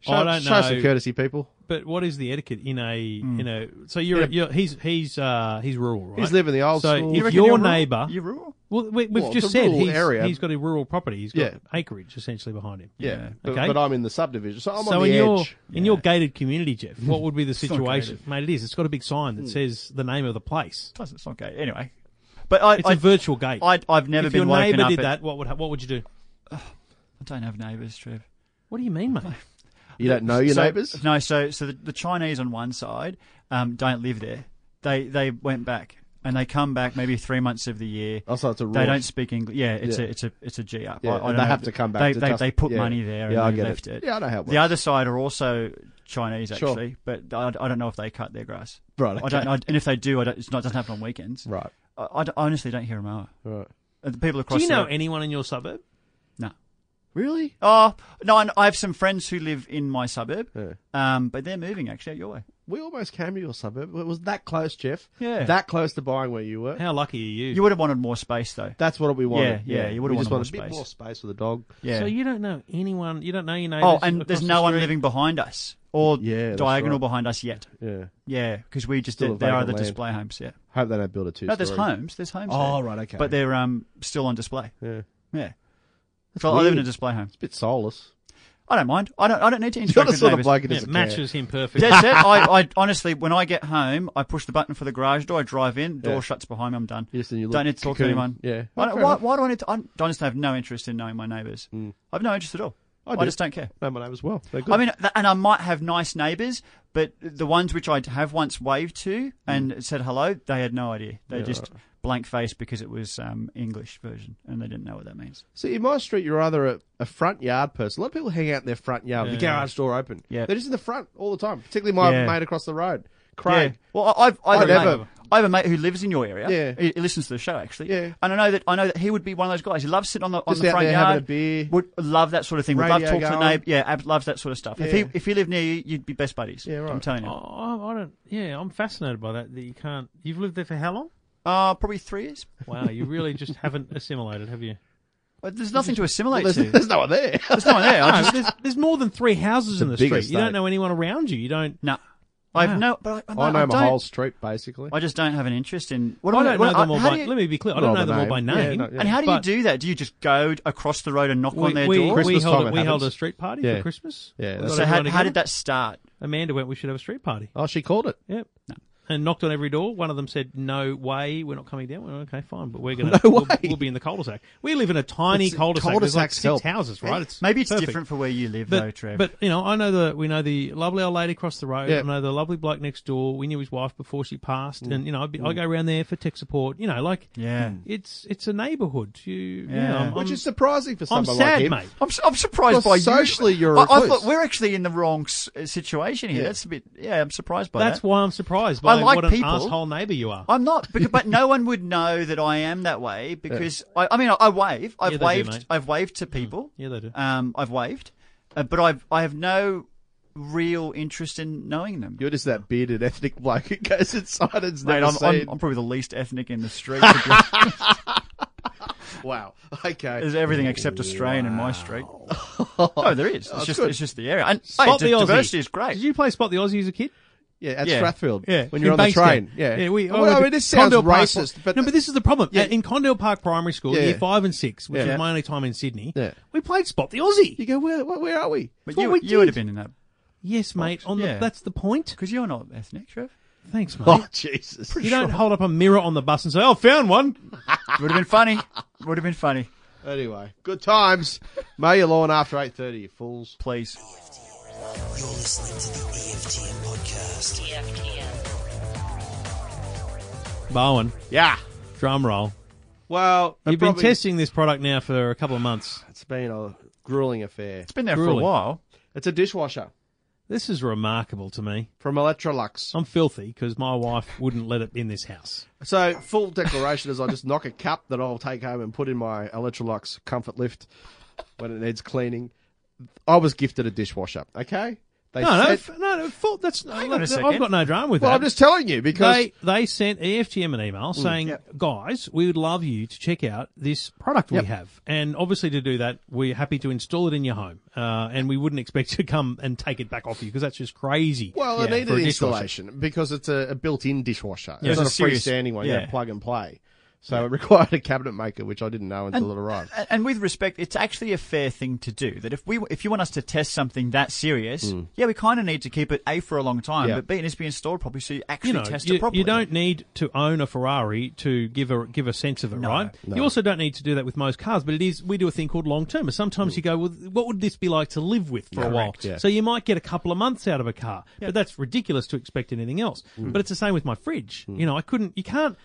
show,
Oh, I don't
show
know.
some courtesy, people.
But what is the etiquette in a you know? So you're,
Hmm. Yeah.
you're he's he's uh he's rural, right?
He's living the old
so
school.
if
You reckon
your
you're rural?
neighbour,
You rule.
well, we, we've
Well,
just
it's a
said
rural
he's,
area.
he's got a rural property. He's got
Yeah.
acreage essentially behind him.
Yeah. But,
Okay.
but I'm in the subdivision, so I'm
so
on the
in
edge.
your in your gated community, Jeff, what would be the
not
situation, mate? It is. It's got a big sign
Hmm.
that says the name of the place.
Doesn't it's not gay. Anyway, but I
It's
I,
a virtual gate.
I I've never
if
been
your
woken
neighbour
up
did
at-
that, what would ha- what would you do?
I don't have neighbours, Trev.
What do you mean, mate?
You don't know your
So-
neighbours?
No, so so the, the Chinese on one side um, don't live there. They they went back and they come back maybe three months of the year.
Oh, so it's a rule.
They don't speak English. Yeah, it's
Yeah.
a it's a it's a G up.
Yeah,
I- I
and
don't
they
know.
have to come back
They
to
they,
just-
they put
yeah.
money there.
Yeah, I
and they
get
left
it.
it.
Yeah, I know how it
The
works.
other side are also Chinese
Sure.
actually, but I, I don't know if they cut their grass.
Right,
I
okay.
don't. I, and if they do, I don't, it's not it doesn't happen on weekends.
Right.
I, I d- I honestly don't hear a mower.
Right.
Uh, The people across.
Do you know
the,
anyone in your suburb?
No.
Really?
Oh no! I, I have some friends who live in my suburb,
Yeah.
um, but they're moving actually out your way.
We almost came to your suburb. It was that close, Jeff.
Yeah.
That close to buying where you were.
How lucky are you?
You would have wanted more space though.
That's what we wanted.
Yeah, yeah, you would've
we just
wanted
wanted a
more
bit more
space.
space for the dog.
Yeah.
So you don't know anyone. You don't know your neighbours.
oh, and there's
across the
no one
street?
living behind us or
Yeah, that's
diagonal
right.
behind us yet.
Yeah.
Yeah, because we just
Still a
did, they are
vacant
the
land.
display homes. Yeah.
Hope they don't build a two.
No, there's homes. There's homes.
Oh,
there.
right, okay.
But they're um still on display.
Yeah.
Yeah. So I live in a
weird.
display home.
Bit soulless.
I don't mind. I don't. I don't need to
You're
interact
the
with
sort of
neighbours.
bloke who
Yeah,
doesn't care.
matches him perfectly.
That's it. I, I honestly, when I get home, I push the button for the garage door. I drive in. Door
Yeah.
shuts behind me. I'm done.
Yes, and you
don't
look
need to talk
cocoon.
to anyone.
Yeah.
I
Oh,
don't-
fair
why,
enough. Mm.
why do I need to? I honestly have no interest in knowing my neighbours. I've no interest at all.
I,
I just don't care.
know my name as well. They're good.
I mean, th- and I might have nice neighbours, but the ones which I have once waved to and
Mm.
said hello, they had no idea. They just blank faced because it was um, English version and they didn't know what that means.
See, in my street, you're either a, a front yard person. A lot of people hang out in their front yard, with the
Yeah.
garage door open.
Yeah.
They're just in the front all the time, particularly my
Yeah.
mate across the road, Craig.
Yeah. Well, I- I've I
I've
have a
never-
mate, I have a mate who lives in your area.
Yeah.
He, he listens to the show actually.
Yeah.
And I know that I know that he would be one of those guys. He loves sitting on the on
Just
the
out
front
there
yard.
having a beer.
Would love that sort of thing. Would love
Radio
talking to the
going.
neighbour. Yeah, ab- loves that sort of stuff. If
Yeah.
he if he lived near you, you'd be best buddies.
Yeah, right.
I'm telling you.
I, Oh, I I don't. Yeah, I'm fascinated by that. That you can't. You've lived there for how long?
Uh, probably three years.
Wow, you really just haven't assimilated, have you?
But There's nothing to assimilate
There's,
to.
there's no one there.
There's no one there. I
No,
just,
there's, there's more than three houses in the
the
street.
biggest
You don't
state.
know anyone around you. You don't.
no. I've
Wow.
no. But I, I,
I know my
don't-
whole street basically.
I just don't have an interest in. What
I
am
don't
what-
know them all
how
by.
do you-
let me be clear. I don't
Not
know
the
them all by
name. Yeah,
name.
not- yeah.
And how do you
But-
do that? Do you just go across the road and knock on
we,
their
we,
door?
we
Christmas
held,
time
a-
it
we held
happens.
a street party
Yeah.
for Christmas.
Yeah,
We
that's-
got
so how,
everyone
how
together.
did that start?
Amanda went. We should have a street party.
Oh, she called it.
Yep. And knocked on every door. One of them said, "No way, we're not coming down." Well, okay, fine, but we're gonna.
No
we'll,
way.
we'll be in the cul-de-sac. We live in a tiny
It's-
cul-de-sac. There's like
cul-de-sacs
six
help.
houses, right? It's
Maybe it's
perfect.
different for where you live,
But,
though, Trev.
but you know, I know the we know the lovely old lady across the road.
Yeah.
I know the lovely bloke next door. We knew his wife before she passed, and you know, I'd be, I go around there for tech support. You know, like
yeah,
it's it's a neighbourhood. You, yeah,
Yeah.
I'm,
Which
I'm-
is surprising for
I'm
someone
sad,
like him.
mate.
I'm, s- I'm surprised
Well,
by
socially,
you.
you're a
I, I
recluse.
thought we're actually in the wrong s- uh, situation here.
Yeah.
That's a bit. Yeah, I'm surprised by
That's
that.
why I'm surprised by
I like
what an
people.
asshole neighbour you are.
I'm not, because, but no one would know that I am that way because I, I mean, I, I wave. I've
Yeah, they do,
waved.
mate. Mm-hmm.
I've waved to people.
yeah, they do.
Um, I've waved, uh, but I've I have no real interest in knowing them.
You're just that bearded ethnic bloke who goes inside and's
Mate,
never
I'm,
seen.
I'm, I'm probably the least ethnic in the street. to be honest.
wow. Okay.
There's everything except Australian in my street. No, there is. It's just
good.
it's just the area. And hey,
Spot
di-
the Aussie.
diversity is great.
Did you play Spot the Aussie as a kid?
yeah, at
Yeah.
Strathfield.
Yeah,
When you're
in
on the
Bankstown.
train. Yeah. Oh,
yeah. We,
well, I mean, this sounds
Condell Park-
racist, but
no, but this is the problem.
Yeah.
In Condell Park Primary School,
Yeah.
year five and six, which
Yeah.
was my only time in Sydney,
Yeah.
we played Spot the Aussie.
you go, where, where, where are we?
but
what
you,
we
you would
did.
have been in that
Yes, mate. On
yeah.
the, that's the point.
because you're not ethnic, Trev.
Thanks, mate.
Oh, Jesus.
you don't hold up a mirror on the bus and say, "Oh, found one."
Would have been funny. Would have been funny.
Anyway, good times. Mow your lawn after 8.30, you fools.
Please.
You're listening to the E EFTM podcast.
E EFTM,
Bowen,
Yeah.
drum roll.
Well, I
You've been
probably-
testing this product now for a couple of months.
It's been a grueling affair.
It's been there for
Grueling.
a while.
It's a dishwasher
This is remarkable to me.
from Electrolux.
I'm filthy because my wife wouldn't let it in this house.
So full declaration is I just knock a cup that I'll take home and put in my Electrolux comfort lift when it needs cleaning. I was gifted a dishwasher. Okay, they
No, no,
sent-
f- no, no. Full, that's
on a
I've
second.
got no drama with
well,
that.
I'm just telling you because Mm.
they they sent E EFTM an email saying, guys, we would love you to check out this product we have, and obviously to do that, we're happy to install it in your home, uh, and we wouldn't expect you to come and take it back off you because that's just crazy.
well,
yeah,
it needed
for a dishwasher.
installation because it's a, a built-in dishwasher.
Yeah,
it's,
it's
not
a
a
serious-
freestanding one. Yeah,
yeah.
plug and play. So it required a cabinet maker, which I didn't know until it arrived.
And- And with respect, it's actually a fair thing to do. That if we, if you want us to test something that serious,
Hmm.
yeah, we kind of need to keep it a for a long time,
Yeah.
but b it needs to be installed properly so you actually
You know,
test
you,
it properly.
you don't need to own a Ferrari to give a give a sense of it, right? You also don't need to do that with most cars, but it is we do a thing called long term. And sometimes you go, well, what would this be like to live with for a while?
Correct, yeah.
So you might get a couple of months out of a car, but that's ridiculous to expect anything else. But it's the same with my fridge. You know, I couldn't, you can't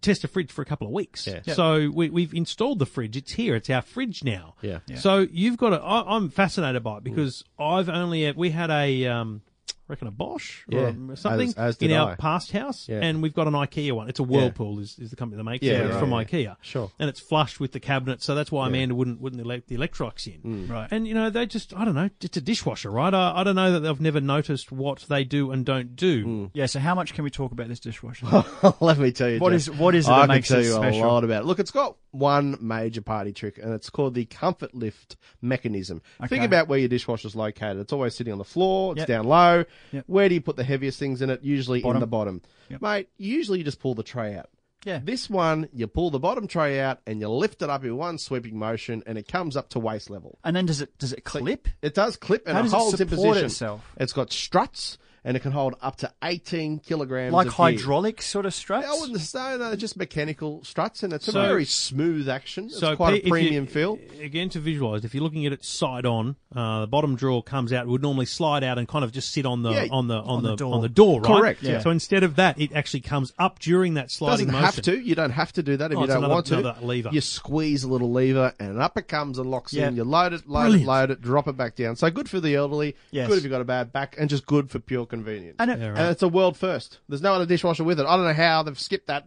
test a fridge for a couple of weeks. So we, we've installed the fridge. It's here. It's our fridge now.
Yeah. Yeah.
So you've got to, I, I'm fascinated by it because I've only, we had a, um, reckon a Bosch or
Yeah,
a- something
as- as
in
did
our
I.
past house,
Yeah.
and we've got an IKEA one. It's a Whirlpool is, is the company that makes
Yeah,
it. It's
right,
from
yeah.
IKEA,
Sure.
and it's flush with the cabinet, so that's why Amanda wouldn't wouldn't let the Electrox in.
Mm.
Right.
And you know they just I don't know. It's a dishwasher, right? I, I don't know that they've never noticed what they do and don't do.
Mm.
Yeah. So how much can we talk about this dishwasher?
Let me tell you.
What
Jeff,
is- what is it
I
that
can
makes
tell
it
you
special?
a lot about. it. Look, it's got one major party trick, and it's called the comfort lift mechanism. Think
Okay.
about where your dishwasher's located. It's always sitting on the floor. It's
Yep.
down low.
Yep.
Where do you put the heaviest things in it? Usually in the bottom.
Yep.
Mate, usually you just pull the tray out.
yeah.
This one, you pull the bottom tray out and you lift it up in one sweeping motion, and it comes up to waist level.
And then does it does it clip?
It does clip and
How
it
does it
holds in
support
position.
itself?
It's got struts. and it can hold up to 18 kilograms
Like
of gear.
hydraulic sort of struts?
I wouldn't say no, they're uh, just mechanical struts, and it's
So-
a very smooth action. It's quite
Pete,
a
if you-
premium feel.
Again, to visualise, if you're looking at it side on, uh, the bottom drawer comes out. It would normally slide out and kind of just sit on the
Yeah,
on the on, the,
the door.
on the door, right?
Correct,
yeah.
So instead of that, it actually comes up during that sliding
Doesn't
motion.
have to. You don't have to do that if
Oh,
you
it's
don't
another-
want to.
another lever.
You squeeze a little lever, and up it comes and locks
Yeah.
in. You load it, load
Brilliant.
it, load it, drop it back down. So good for the elderly.
Yes.
Good if you've got a bad back, and just good for pure convenience.
And it,
Yeah, right.
And it's a world first. There's no other dishwasher with it. I don't know how they've skipped that.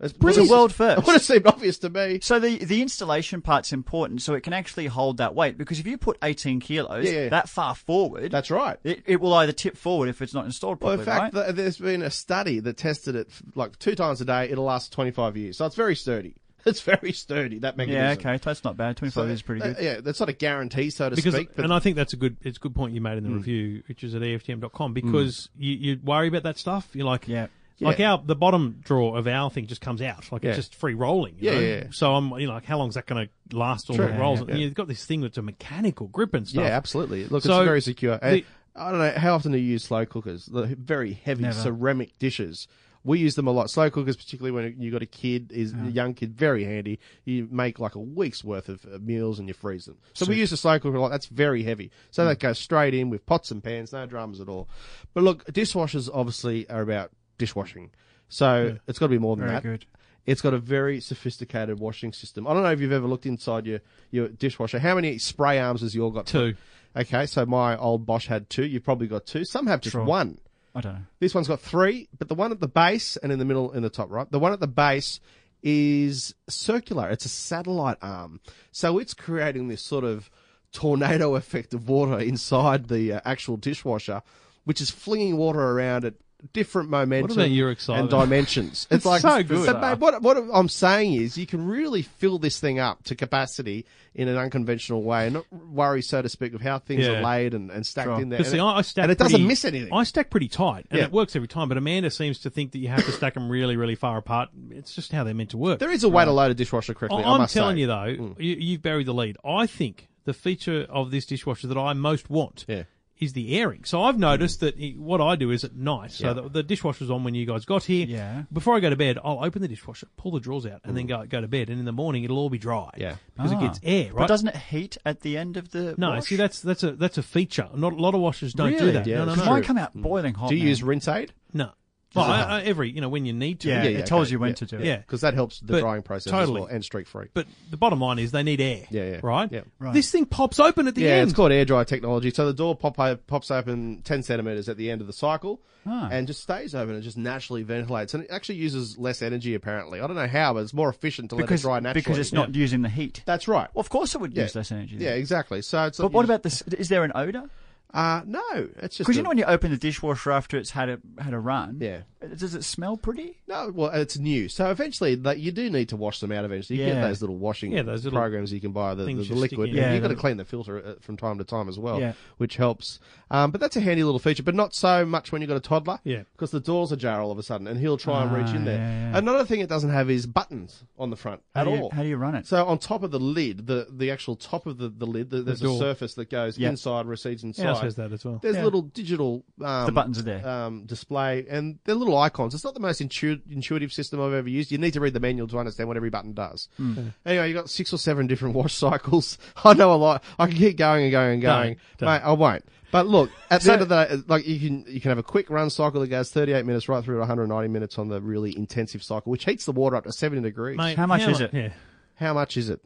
It's,
a world first.
It would have seemed obvious to me.
So the, the installation part's important, so it can actually hold that weight because if you put 18 kilos
Yeah, yeah.
that far forward,
That's right.
it, it will either tip forward if it's not installed
Well,
properly,
in fact,
right?
th- there's been a study that tested it f- like two times a day. It'll last 25 years. So it's very sturdy. It's very sturdy, that mechanism.
yeah, okay, that's not bad. 25 is pretty
that-
good.
yeah, that's not a guarantee, so to
because
speak. But Hmm.
and I think that's a good it's a good point you made in the review, which is at E EFTM.com because you, you worry about that stuff. You're like
Yeah.
Like
Yeah.
our the bottom drawer of our thing just comes out like
Yeah.
it's just free rolling. you
Yeah,
know?
yeah, yeah.
So I'm you know like how long's that going to last? All
True.
the rolls.
Yeah,
And You've got this thing that's a mechanical grip and stuff.
yeah, absolutely. Look,
So
it's very secure. And
the-
I don't know how often do you use slow cookers? The very heavy
Never.
ceramic dishes. We use them a lot. Slow cookers, particularly when you got a kid, is a young kid, very handy. You make like a week's worth of uh, meals and you freeze them. So we use a slow cooker a lot. That's very heavy. So
Mm.
that goes straight in with pots and pans, no dramas at all. But look, dishwashers obviously are about dishwashing. So it's got to be more than
Very
that.
good.
It's got a very sophisticated washing system. I don't know if you've ever looked inside your, your dishwasher. How many spray arms has your got?
Two.
Okay, so my old Bosch had two. You've probably got two. Some have just
Sure.
one.
I don't know.
This one's got three, but the one at the base and in the middle in the top right, the one at the base is circular. It's a satellite arm. So it's creating this sort of tornado effect of water inside the uh, actual dishwasher, which is flinging water around at different momentum
about your excitement?
and dimensions. It's, like
so good.
But babe, what, what I'm saying is you can really fill this thing up to capacity in an unconventional way and not worry, so to speak, of how things
Yeah.
are laid and, and stacked in there.
Because
And, it-
see, I, I stack
and it doesn't
pretty-
miss anything.
I stack pretty tight, and
Yeah.
it works every time. But Amanda seems to think that you have to stack them really, really far apart. It's just how they're meant to work.
There is a way to load a dishwasher correctly. I
I'm
must
telling
say. Hmm.
you though, you, you've buried the lead. I think the feature of this dishwasher that I most want
Yeah.
is the airing. So I've noticed that it, what I do is at night. So the, the dishwasher's on when you guys got here.
Yeah.
Before I go to bed, I'll open the dishwasher, pull the drawers out, and then go go to bed. And in the morning, it'll all be dry.
Hmm. Yeah.
Because it
Ah.
gets air,
But
right?
doesn't it heat at the end of the
no,
wash?
see that's that's a that's a feature. Not a lot of washers don't do
Really?
that.
Yeah,
no, no,
that's
no,
Mine
true.
come out boiling hot.
Do you
man.
use rinse aid?
no. Well, I, I, every you know when you need to.
Yeah,
Yeah,
it
yeah,
tells
okay,
you when
yeah.
to do it.
Yeah.
Because that helps the
But
drying process
totally.
as well and streak free.
But the bottom line is they need air.
Yeah, yeah.
Right?
Yeah.
Right.
This thing pops open at the
yeah,
end.
it's called air dry technology. So the door pop o- pops open 10 centimeters at the end of the cycle
Ah.
and just stays open and just naturally ventilates. And it actually uses less energy, apparently. I don't know how, but it's more efficient to
because,
let it dry naturally.
because it's not using the heat.
That's right.
Well, of course it would
Yeah.
use less energy. then.
yeah, exactly. So it's
But what about this? Is there an odor?
Uh, no, it's just.
Because you
a-
know when you open the dishwasher after it's had a had a run,
Yeah.
Does it smell pretty?
No, well, it's new. So eventually, like, you do need to wash them out eventually. You get
Yeah.
those little washing
Yeah, those little
programs you can buy, the, the,
things
the
you stick
liquid.
in.
Yeah,
Yeah,
you've got to
the-
clean the filter uh, from time to time as well,
Yeah.
which helps. Um, but that's a handy little feature, but not so much when you've got a toddler.
Yeah.
Because the door's ajar all of a sudden, and he'll try and reach
Ah,
in there.
yeah, yeah.
Another thing it doesn't have is buttons on the front
How
at
do you,
all.
How do you run it?
So on top of the lid, the, the actual top of the, the lid, the, there's a
door.
surface that goes
Yeah.
inside, recedes inside.
Ours has that as well.
There's
Yeah.
little digital. Um,
The buttons are there.
Um, display and they're little icons. It's not the most intu- intuitive system I've ever used. You need to read the manual to understand what every button does.
Hmm.
Anyway, you've got six or seven different wash cycles. I know a lot. I can keep going and going and going. Mate, I won't. But look, at the end of the day, like you can you can have a quick run cycle that goes 38 minutes right through to 190 minutes on the really intensive cycle, which heats the water up to 70 degrees.
Mate,
How much is
mu-
it?
Yeah.
How much is it?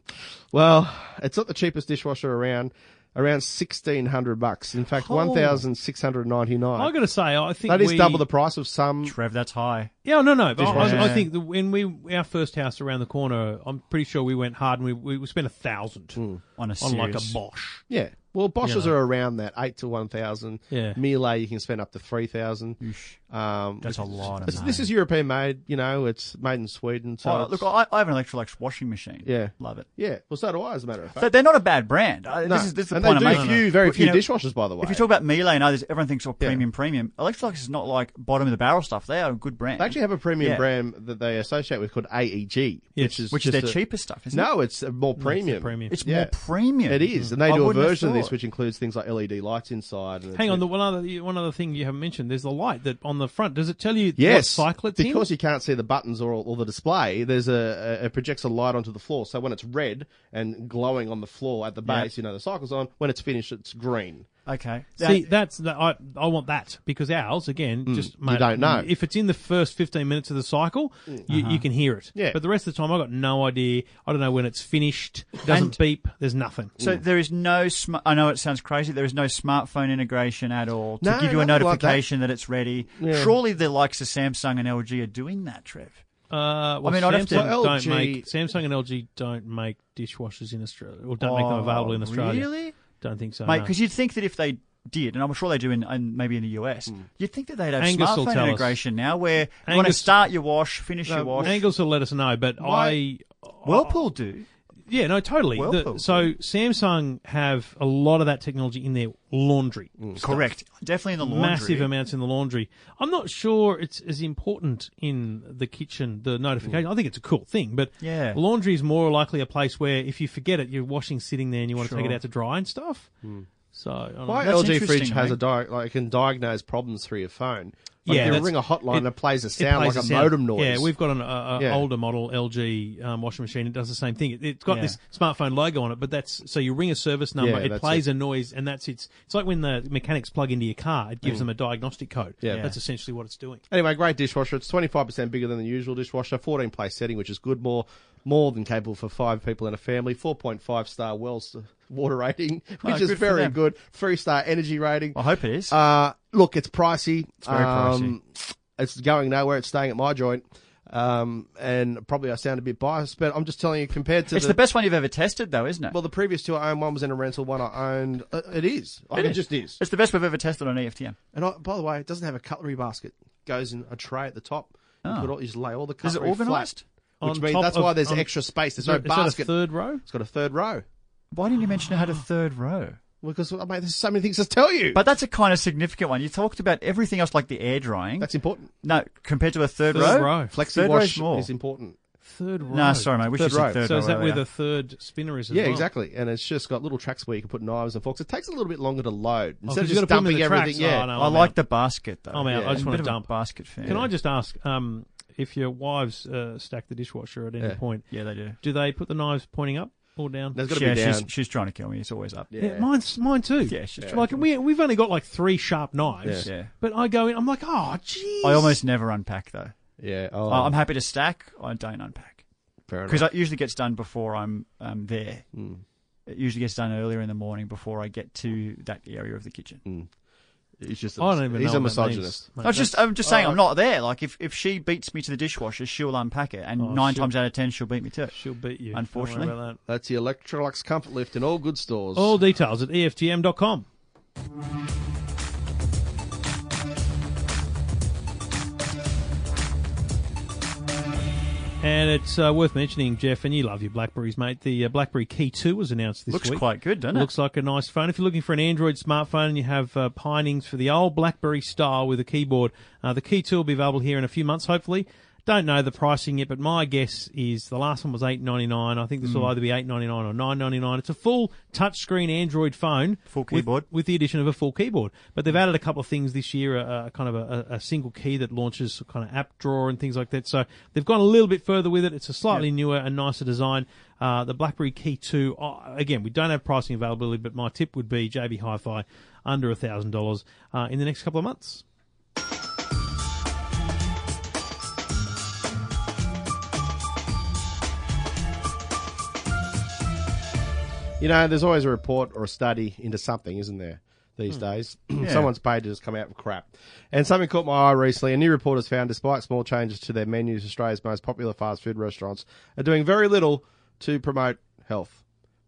Well, it's not the cheapest dishwasher around. Around sixteen hundred bucks. In fact,
Oh.
one thousand six hundred ninety
I
nine.
got to say, I think
That is
we-
double the price of some.
Trev, that's high.
Yeah, no, no. But I, I- I
Yeah.
think the, when we our first house around the corner, I'm pretty sure we went hard and we we spent a thousand
Hmm.
On a
on like a
serious-
Bosch.
Yeah. Well, Bosches
Yeah.
are around that eight to one thousand.
Yeah.
Miele, you can spend up to three thousand. Um,
That's a
which-
lot of
it's-
money.
This is European made. You know, it's made in Sweden. So
Oh,
it's-
look, I, I have an Electrolux washing machine.
Yeah.
love it.
yeah. Well, so do I, as a matter of fact.
So they're not a bad brand. Uh,
No.
This is this is the
and
point
they
I'm
do
making.
few, very
You
few
know,
dishwashers, by the way.
If you talk about Miele and others, everyone thinks all premium, premium. Electrolux is not like bottom of the barrel stuff. They are a good brand.
they actually have a premium
Yeah.
brand that they associate with called AEG,
Yes,
which is
which is
just
their
a-
cheaper stuff, isn't it?
No, it's a more
It's the
premium.
premium.
It's
Yeah.
more premium.
It is, and they
I
do a
wouldn't have
version of release, which includes things like LED lights inside. And
Hang on,
it's-
the one other one other thing you haven't mentioned. There's the light that on the front. Does it tell you what
Yes,
cycle it's
because
in?
you can't see the buttons or, or the display. There's a, a it projects a light onto the floor. So when it's red and glowing on the floor at the
Yeah.
base, you know the cycle's on. When it's finished, it's green.
Okay.
See,
That-
that's the, I I want that because ours again just mate,
Hmm, don't know.
if it's in the first 15 minutes of the cycle, you, you can hear it.
Yeah.
but the rest of the time I have got no idea. I don't know when it's finished. Doesn't
And-
beep. There's nothing.
so there is no. Sm- I know it sounds crazy. There is no smartphone integration at all to
No,
give you a
nothing like that.
notification that. it's ready. Surely the likes of Samsung and LG are doing that, Trev.
Uh, well,
I mean, I'd have
Samsung
to-
don't
LG
make Samsung and LG don't make dishwashers in Australia or don't make them
Oh,
available in Australia.
Really?
Don't think so.
Mate,
no.
because you'd think that if they did, and I'm sure they do in, in maybe in the US, you'd think that they'd have
Angus will
smartphone
tell us.
integration now where you want to
Angus-
start your wash, finish your wash.
Angles will let us know, but
Why-
I
Whirlpool do.
Yeah, no, totally.
Well,
The-
probably.
so Samsung have a lot of that technology in their laundry.
Correct. Definitely in the Mm, laundry.
Massive amounts in the laundry. I'm not sure it's as important in the kitchen, the
Mm.
notification. I think it's a cool thing, but
Yeah.
laundry is more likely a place where if you forget it, you're washing sitting there and you want to take it out to dry and stuff.
Mm.
So, I don't
My
know.
That's
LG fridge
interesting, I
has a
think.
di- like it can diagnose problems through your phone. Like
Yeah,
if you
that's-
ring a hotline
it-
and it plays a
It
sound
plays
like a,
sound-
modem noise.
Yeah, we've got an a, a
Yeah.
older model LG um, washing machine. It does the same thing. It, it's got
Yeah.
this smartphone logo on it, but that's so you ring a service number,
Yeah,
it
that's
plays
it.
a noise, and that's it's. It's like when the mechanics plug into your car, it gives them a diagnostic code.
Mm. Yeah.
that's essentially what it's doing.
Anyway, great dishwasher. It's 25% bigger than the usual dishwasher. 14 place setting, which is good. More more than capable for five people in a family. 4.5 star Wells water rating, which
Oh,
is
good for
very
them.
good. Three star energy rating.
I hope it is.
Uh, um, look, it's pricey. It's
very
pricey. It's going nowhere. It's staying at my joint. Um, and probably I sound a bit biased, but I'm just telling you, compared to
it's the best one you've ever tested, though, isn't it?
Well, the previous two I owned, one was in a rental, one I owned. uh, It is. I mean, It, just is.
It's the best we've ever tested on E EFTM.
And I, by the way, it doesn't have a cutlery basket. Goes in a tray at the top.
Ah.
You, put all, you just lay all the
Is it
cutlery
organised?
flat, which
On
means
top
that's why
of-
there's
on-
extra space. There's
Is
no
that- is that a
basket.
third row?
It's got a third row.
Why didn't you mention it had a third row?
Because well, mate, there's so many things to tell you.
But that's a kind of significant one. You talked about everything else, like the air drying.
that's important.
no, compared to a third,
Third
row.
row.
Flexi
Third
wash
row's more.
is important.
Third row.
Nah, sorry, mate. We
Third
should say
row.
third
So
row.
is that where
earlier.
the third spinner is? As
Yeah,
well?
exactly. And it's just got little tracks where you can put knives and forks. It takes a little bit longer to load instead
Oh, 'cause
of
you
just
gotta put them in
dumping
the
everything.
tracks.
Yeah,
Oh, no,
I
I'm
like
out.
the basket though.
I'm out. I
I'm
just
a
want
bit
to
of a
dump.
basket fan.
Can I just ask um, if your wives uh, stack the dishwasher at any
Yeah.
point?
Yeah, they do.
Do they put the knives pointing up or down?
There's got to
yeah,
be
she's
down.
she's trying to kill me. It's always up.
Yeah, mine's mine too.
Yeah, she's
like we we've only got like three sharp knives.
Yeah. Yeah.
But I go in, I'm like, oh, jeez.
I almost never unpack though.
Yeah, oh,
I- I'm happy to stack. I don't unpack
fair
because
enough.
it usually gets done before I'm um, there.
Hmm.
It usually gets done earlier in the morning before I get to that area of the kitchen.
Hmm.
He's just. A,
I don't even
he's
know
a
what that means,
misogynist.
mate.
I was just, I'm just saying, I'm not there. Like, if, if she beats me to the dishwasher, she'll unpack it, and nine
Oh, she'll-
times out of ten, she'll beat me to it.
She'll beat you. Don't worry
Unfortunately.
about that.
That's the Electrolux Comfort Lift in all good stores.
All details at E EFTM.com. And it's uh, worth mentioning, Jeff, and you love your Blackberries, mate. The uh, Blackberry Key 2 was announced this
Looks
week.
quite good, doesn't it?
Looks like a nice phone. If you're looking for an Android smartphone and you have uh, pinings for the old BlackBerry style with a keyboard, uh, the Key 2 will be available here in a few months, hopefully. Don't know the pricing yet, but my guess is the last one was eight ninety nine. I think this will either be eight ninety nine or nine ninety nine. It's a full touchscreen Android phone,
Full
with-
keyboard.
with, the addition of a full keyboard. But they've added a couple of things this year, uh, kind of a, a a single key that launches kind of app drawer and things like that. So they've gone a little bit further with it. It's a slightly newer and nicer design. Uh, the BlackBerry Key Two, uh, again, we don't have pricing availability, but my tip would be JB Hi-Fi under a thousand dollars uh, in the next couple of months.
You know, there's always a report or a study into something, isn't there? These days, someone's paid to just come out with crap. And something caught my eye recently. A new report has found, despite small changes to their menus, Australia's most popular fast food restaurants are doing very little to promote health.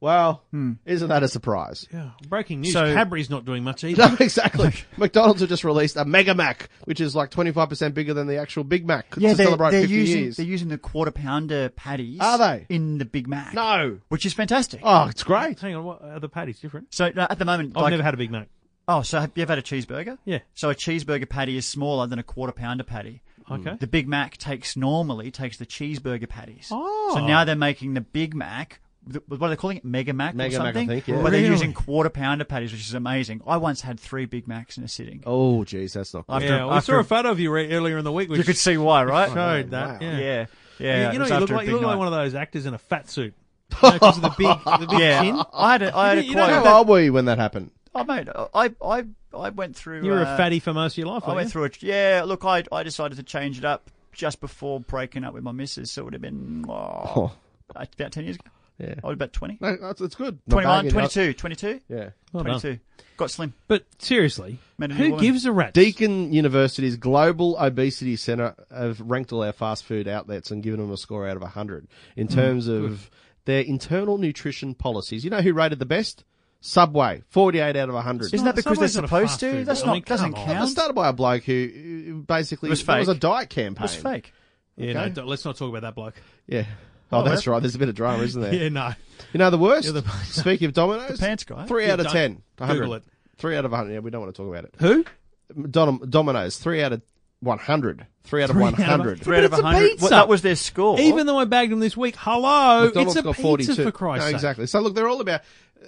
Well, isn't that a surprise?
Yeah, breaking news:
So-
Cadbury's not doing much either.
No, exactly. McDonald's have just released a Mega Mac, which is like 25% bigger than the actual Big Mac
Yeah,
to
they're,
celebrate
they're
50
using
years.
they're using the quarter pounder patties.
Are they?
in the Big Mac?
No.
which is fantastic.
Oh, it's great.
Hang on, what are the patties different?
So no, at the moment,
I've
like,
never had a Big Mac.
oh, so have you ever had a cheeseburger?
Yeah.
So a cheeseburger patty is smaller than a quarter pounder patty.
Okay.
The Big Mac takes normally takes the cheeseburger patties.
Oh.
So now they're making the Big Mac the- what are they calling it? Mega Mac
Mega
or
Mac, I
something?
think, yeah.
But they're
Really?
using quarter pounder patties, which is amazing. I once had three Big Macs in a sitting.
Oh, geez, that's not good.
After-
yeah, we
after-
saw a photo of you re- earlier in the week, which
you could see why, right?
showed
wow.
that. Yeah.
Oh, Yeah, yeah.
you, you
it
know,
was
you look,
after a
like,
big
you look like
night.
one of those actors in a fat suit. Because of the big, the big
yeah,
chin.
I had a, I had a
You
quite.
don't
How
that-
old were you when that happened?
oh mate, I I I went through.
You were a
uh,
fatty for most of your life,
I went through it. Yeah, look, I I decided to change it up just before breaking up with my missus, so it would have been oh,
Oh,
about ten years ago.
yeah.
I was about 20.
No, that's, that's good. Not
21,
bad, you know.
22, 22,
Yeah.
Well done.
22. Got slim.
But seriously,
Men and
who
women.
gives a rat's?
Deakin University's Global Obesity Center have ranked all our fast food outlets and given them a score out of 100
Hmm.
in terms of their internal nutrition policies. You know who rated the best? Subway, 48 out of 100.
Isn't that because they're
Subway's not a
supposed
fast
to?
food,
That's
I
not
mean,
doesn't
come on.
It was
count. It
started by a bloke who uh, basically
It was
it was a
fake.
diet campaign.
was fake.
Yeah,
Okay.
no, don't- let's not talk about that bloke.
Yeah. Oh, that's right. There's a bit of drama, isn't there?
Yeah, no.
You know the worst.
You're the-
Speaking of Domino's,
pants guy.
Three
Yeah,
out of
don't-
ten. A hundred.
Google it.
Three out of hundred. Yeah, we don't want to talk about it.
Who?
Dom- Domino's. Three out of one hundred. Three out of
Three
one
out of-
hundred.
Three-
Three out of
But it's a
100.
pizza.
Well, that was their score.
Even though I bagged him this week, hello,
McDonald's
it's a
got
pizza
42.
for Christ's
No,
sake.
exactly. So look, they're all about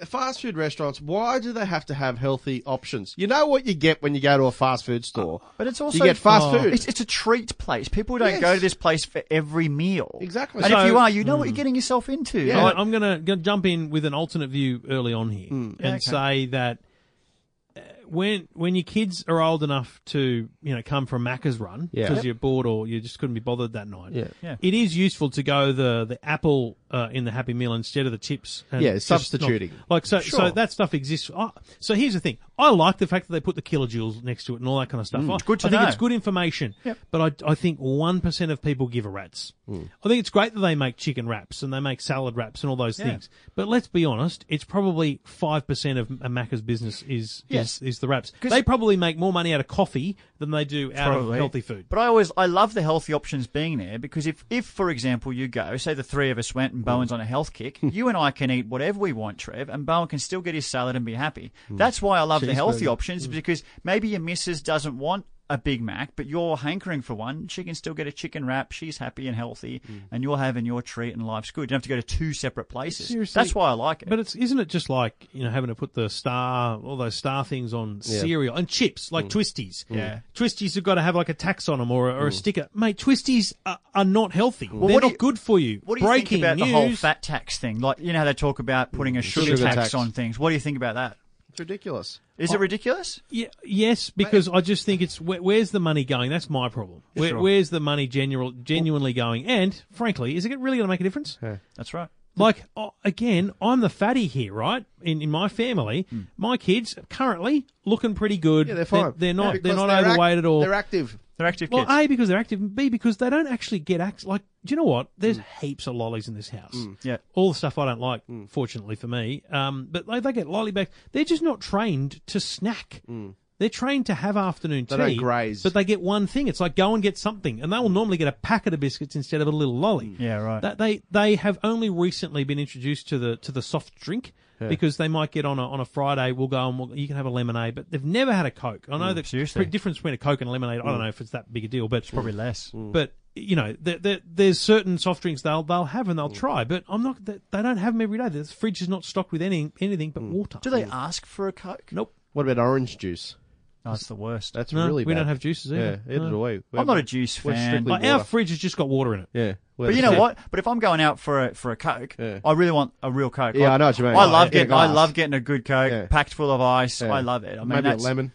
fast food restaurants. Why do they have to have healthy options? You know what you get when you go to a fast food store.
Uh,
But it's also
you get fast food.
It's, it's a treat place. People don't
Yes.
go to this place for every meal.
Exactly.
And
So-
if you are, you know what you're getting yourself into.
Yeah.
I, am going to jump in with an alternate view early on here
Hmm.
and
Yeah, okay.
say that uh, when when your kids are old enough to you know come for a Macca's run
Yeah.
because
Yep.
you're bored or you just couldn't be bothered that night,
Yeah.
Yeah.
it is useful to go the the apple uh, in the Happy Meal instead of the chips. And
Yeah,
just
substituting.
not- like so, so
Sure.
that stuff exists. I so here's the thing: I like the fact that they put the kilojoules next to it and all that kind of stuff.
Hmm.
I,
good to
I think
know.
it's good information,
Yep.
but I, I think one percent of people give a rat's. I think it's great that they make chicken wraps and they make salad wraps and all those things. But let's be honest, it's probably five percent of a Macca's business is
Yes.
is, is the wraps. They probably make more money out of coffee than they do out of
Probably.
healthy food.
But I always I love the healthy options being there because if if for example you go say the three of us went and Bowen's on a health kick,
Hmm.
you and I can eat whatever we want, Trev, and Bowen can still get his salad and be happy.
Hmm.
That's why I love the healthy options because maybe your missus doesn't want a Big Mac, but you're hankering for one. She can still get a chicken wrap. She's happy and healthy,
Hmm.
and you're having your treat, and life's good. You don't have to go to two separate places.
Seriously.
That's why I like it.
But it's isn't it just like you know having to put the star, all those star things on cereal and chips
Mm.
like Twisties.
Yeah.
Twisties have got to have like a tax on them or, a- or a sticker. Mate, Twisties are, are not healthy. They're
Mm. what do
not
you-
good for you.
What do you
Breaking
think about
news.
the whole fat tax thing? Like, you know how they talk about putting a sugar,
Sugar
tax,
tax.
on things. What do you think about that?
it's ridiculous.
Is
Oh.
it ridiculous?
Ye- yes, because I just think it's where, where's the money going? That's my problem. Where, Where's the money general, genuinely going? And frankly, is it really going to make a difference?
That's right.
Like uh, again, I'm the fatty here, right? In in my family, my kids are currently looking pretty good.
Hmm. Yeah, they're fine.
They're, not.
Because
they're not
act-
overweight at all.
They're active.
They're active
Well,
kids.
A, because they're active, and B, because they don't actually get act. Like, do you know what? There's heaps of lollies in this house.
Yeah.
All the stuff I don't like, fortunately for me. Um, but like, they get lollybags. They're just not trained to snack. They're trained to have afternoon tea.
They don't graze.
But they get one thing. It's like go and get something. And they will normally get a packet of biscuits instead of a little lolly.
Yeah, right.
That they, they have only recently been introduced to the, to the soft drink. Because they might get on a on a Friday, we'll go and we'll, you can have a lemonade, but they've never had a Coke. I know the
seriously.
difference between a Coke and a lemonade. I
Mm.
don't know if it's that big a deal, but
Probably less.
but you know, there, there, there's certain soft drinks they'll they'll have
Mm.
and they'll try, but I'm not. They, they don't have them every day. The fridge is not stocked with any anything
Mm.
but water.
Do they ask for a Coke?
Nope.
What about orange juice?
No, that's the worst.
That's
No,
really
we
bad.
don't have juices either.
Yeah, either
No.
way.
I'm not a juice
we're
fan.
strictly
Like
water.
our fridge has just got water in it.
Yeah.
But you know what? But if I'm going out for a for a Coke,
Yeah.
I really want a real Coke.
Yeah,
I,
I know what you mean.
I love
Yeah.
getting
Yeah,
I
glass.
love getting a good Coke,
Yeah.
packed full of ice.
Yeah.
I love it. I mean,
Maybe a
that's-
lemon.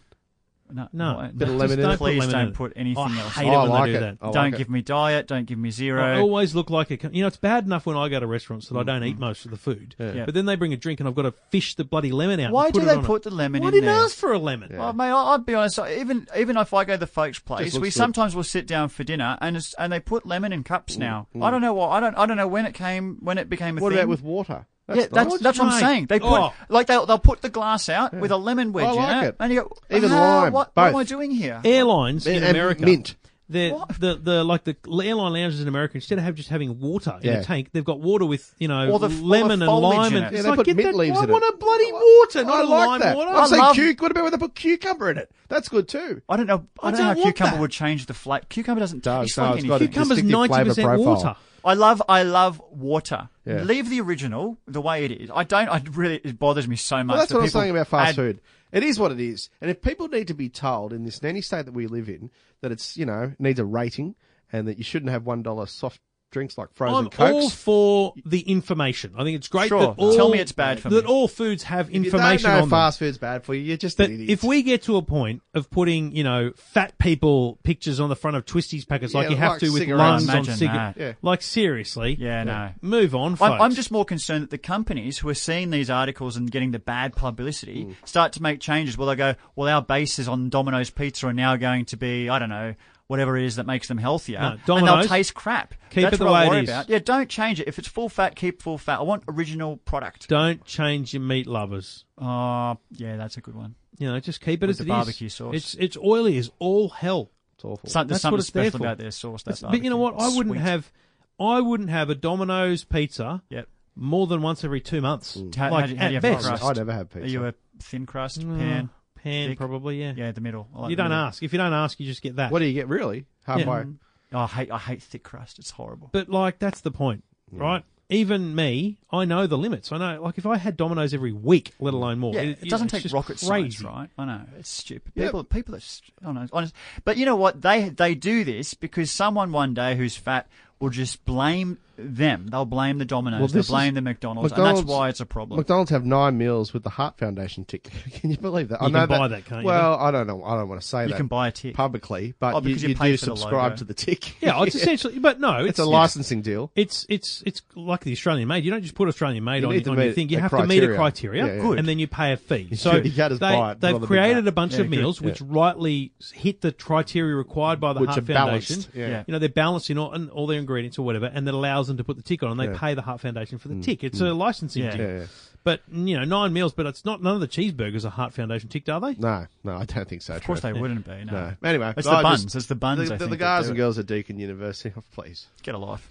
No,
No,
I-
just
of lemon in
don't
it.
put
Please
lemon
don't
in it.
put anything
I
else.
hate
Oh,
it
I
when
like
they do Oh,
it.
that.
I like
don't
it.
give me diet. Don't give me
I
zero.
always look like a you know. It's bad enough when I go to restaurants
Mm.
that I don't eat most of the food,
Yeah.
but then they bring a drink and I've got to fish the bloody lemon out.
Why
and
do
put it
they
on it.
put the lemon
Why
in
didn't
there?
ask for a lemon?
Well, Oh, mate, I- I'll be honest. I- Even even if I go to the folks' place,
looks
we
good.
sometimes will sit down for dinner, and it's, and they put lemon in cups now. I don't know why. I don't I don't know when it came when it became a
Mm, What
thing.
about with water?
yeah, that's
nice.
that's what I'm
Mate.
saying. They put
Oh.
like they'll, they'll put the glass out with a lemon wedge
I like
in it,
it.
and you go
Even
ah,
lime,
What, what am
both.
I doing here?
airlines in
And- and
America.
mint.
The,
What?
the the like the airline lounges in America instead of have just having water in
Yeah.
a tank, they've got water with you know
Or the- or the
lemon and
foliage
lime
in
and
it.
it's
Yeah,
they
like,
put
get
mint
that-
leaves
I
in it.
want a bloody water, not
I
a
like
lime
that.
water.
I'm saying
love-
cu- what about with a cucumber in it? That's good too.
I don't know. I,
I
don't,
don't
know how
want
cucumber
that.
would change the flavor. Cucumber doesn't
Does,
taste
no,
like
it's
anything.
got a
Cucumber's
distinctive flavour
ninety percent
profile.
water.
I love I love water.
Yeah.
Leave the original the way it is. I don't. I really it bothers me so much.
Well, that's
that
what I was
people
saying about fast
add-
food. It is what it is, and if people need to be told in this nanny state that we live in that it's you know needs a rating and that you shouldn't have one dollar soft drinks like frozen
I'm all
cokes.
for the information. I think it's great
Sure.
that all
Tell me it's bad for
that
me.
all foods have
If you
information
don't know
on them.
fast food's bad for you, you're just
But
an idiot.
if we get to a point of putting, you know, fat people pictures on the front of Twisties packets like
Yeah,
you have
like
to with
cigarettes.
lungs on
Imagine
cigarettes,
that. Yeah.
like seriously,
Yeah, no.
move on, folks.
I'm, I'm just more concerned that the companies who are seeing these articles and getting the bad
Hmm.
publicity start to make changes. Well, they go, well, our bases on Domino's Pizza are now going to be, I don't know, whatever it is that makes them healthier.
No,
and
Domino's,
they'll taste crap.
keep
That's
it the
what
way
I
it
worry
is.
about. Yeah, don't change it. If it's full fat, keep full fat. I want original product.
don't change your meat lovers.
Oh, yeah, that's a good one.
You know, just keep it as
the
it is.
barbecue sauce.
It's it's oily as all hell.
it's awful.
Some, there's
That's what
something
it's there
special
for.
about their sauce. That's
But you know what?
barbecue.
I wouldn't
Sweet.
have, I wouldn't have a Domino's pizza
Yep.
more than once every two months.
Mm.
How-
like
how do you- how
at
do you have
best,
crust?
I never have pizza.
Are you a thin crust,
Mm,
pan?
pan
thick?
probably. Yeah.
Yeah, the middle. I like
You
the
don't
middle.
ask. If you don't ask, you just get that.
what do you get really? Halfway.
Mm.
Oh, I hate, I hate thick crust. It's horrible.
But like that's the point, right? Even me, I know the limits. I know, like if I had Domino's every week, let alone more,
Yeah, it, doesn't
it's
take
just
rocket
crazy.
science, right? I know it's stupid.
Yeah.
People, people are, st- I don't know, honest. But you know what? They they do this because someone one day who's fat will just blame them. They'll blame the Domino's.
Well,
they'll
this
blame
is-
the McDonald's, and
McDonald's-
that's why it's a problem.
McDonald's have nine meals with the Heart Foundation ticket. can you believe that? I
You
know
can buy that, can't you?
Well, I don't know. I don't want to say
You
that.
can buy a tick.
publicly, but
Oh,
you,
because you
you
pay
do
for the
subscribe
logo.
to the tick.
Yeah, it's essentially, but no, it's,
it's a licensing deal.
It's it's it's like the Australian made. You don't just put Australian made
You
on,
need to
on your
meet
thing. You
a
have to meet
criteria.
a criteria,
Yeah, yeah. Good.
and then you pay a fee.
You
So
should- you can't just buy it
they,
rather
have
than
created
buy it.
a bunch
Yeah,
of
good.
meals which rightly hit the criteria required by the
Which
Heart
are balanced,
Foundation.
yeah.
Yeah.
You know, they're balancing all, and all their ingredients or whatever, and that allows them to put the tick on, and they pay the Heart Foundation for the tick. It's a licensing
Yeah.
deal.
Mm. Yeah, yeah.
But you know, nine meals, but it's not none of the cheeseburgers are Heart Foundation ticked, are they?
No, no, I don't think so.
of course, they wouldn't be. No,
No. Anyway,
it's
I
the buns.
just-
it's the buns.
The,
I
the,
think
the
that
guys
do
and
it.
girls at Deakin University. Oh, please.
get a life.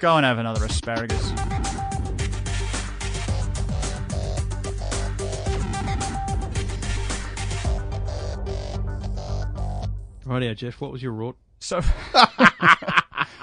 Go and have another asparagus.
Rightio, Jeff. What was your rort?
So.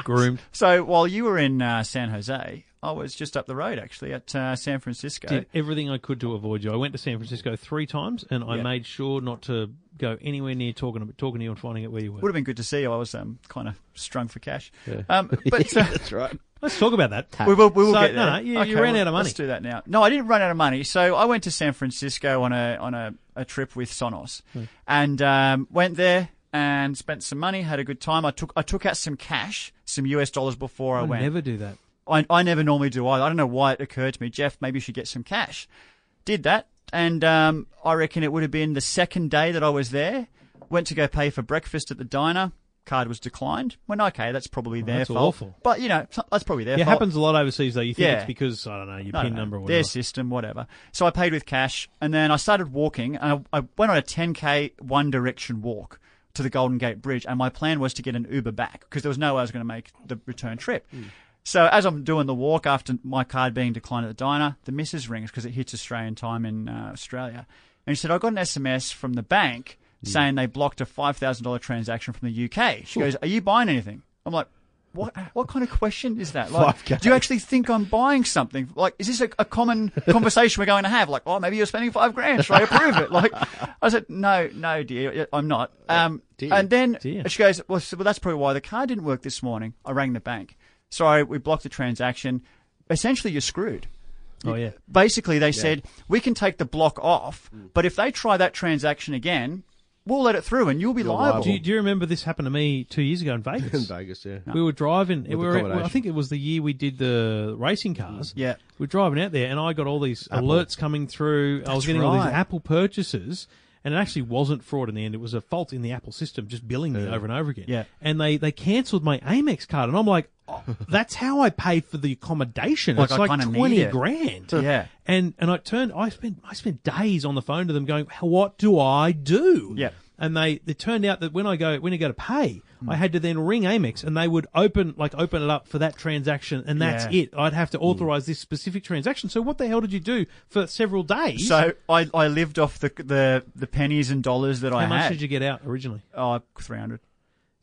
Groomed.
So while you were in uh, San Jose, I was just up the road actually at uh, San Francisco.
Did everything I could to avoid you. I went to San Francisco three times, and I
Yeah.
made sure not to go anywhere near talking talking to you and finding out where you
Would
were.
have been good to see you. I was um, kind of strung for cash. Um, but so,
That's right.
Let's talk about that.
we will, we will
So,
get there.
No, no, you,
Okay,
you ran
well,
out of money.
Let's do that now. No, I didn't run out of money. So I went to San Francisco on a on a, a trip with Sonos, and um, went there and spent some money. Had a good time. I took I took out some cash, some US dollars before I,
I
went.
Oh, never do that.
I, I never normally do either. I don't know why it occurred to me, Jeff, maybe you should get some cash. Did that, and um, I reckon it would have been the second day that I was there. Went to go pay for breakfast at the diner. Card was declined. Went, okay, that's probably their
that's
fault.
awful.
But, you know, so- that's probably their
It
fault.
happens a lot overseas, though. You think
Yeah.
it's because I don't know your
I
pin
don't know,
number or
Their
whatever.
system, whatever. So I paid with cash, and then I started walking, and I, I went on a 10k one direction walk to the Golden Gate Bridge, and my plan was to get an Uber back because there was no way I was going to make the return trip.
Hmm.
So as I'm doing the walk after my card being declined at the diner, the missus rings because it hits Australian time in uh, Australia, and she said I got an SMS from the bank
Hmm.
saying they blocked a five thousand dollar transaction from the UK. She goes, "Are you buying anything?" I'm like. What, what kind of question is that? Like,
5K.
do you actually think I'm buying something? Like, is this a, a common conversation we're going to have? Like, oh, maybe you're spending five grand. Should I approve it? Like, I said, no, no, dear, I'm not. Um,
Dear.
and then
Dear.
she goes, well, so- well, that's probably why the card didn't work this morning. I rang the bank. Sorry, we blocked the transaction. Essentially, you're screwed.
Oh yeah.
Basically, they said, we can take the block off, but if they try that transaction again, we'll let it through and you'll be liable.
liable.
Do you, do you remember this happened to me two years ago in Vegas?
In Vegas, yeah.
We were driving. We were,
accommodation.
I think it was the year we did the racing cars.
Yeah.
we are driving out there, and I got all these alerts coming through. I was
That's
getting all these
right.
Apple purchases, and it actually wasn't fraud in the end. It was a fault in the Apple system, just billing me over and over again.
Yeah.
and they they cancelled my Amex card, and I'm like, oh, that's how I paid for the accommodation.
Like,
it's
I
like
kinda need
twenty
it.
grand.
Yeah.
and and I turned. I spent I spent days on the phone to them, going, what do I do?
Yeah.
and they it turned out that when I go when I go to pay,
Hmm.
I had to then ring Amex and they would open like open it up for that transaction and that's
Yeah. Hmm.
it. I'd have to authorize this specific transaction. So what the hell did you do for several days?
So I, I lived off the, the the pennies and dollars that I
how much
had.
did you get out originally?
Oh, 300.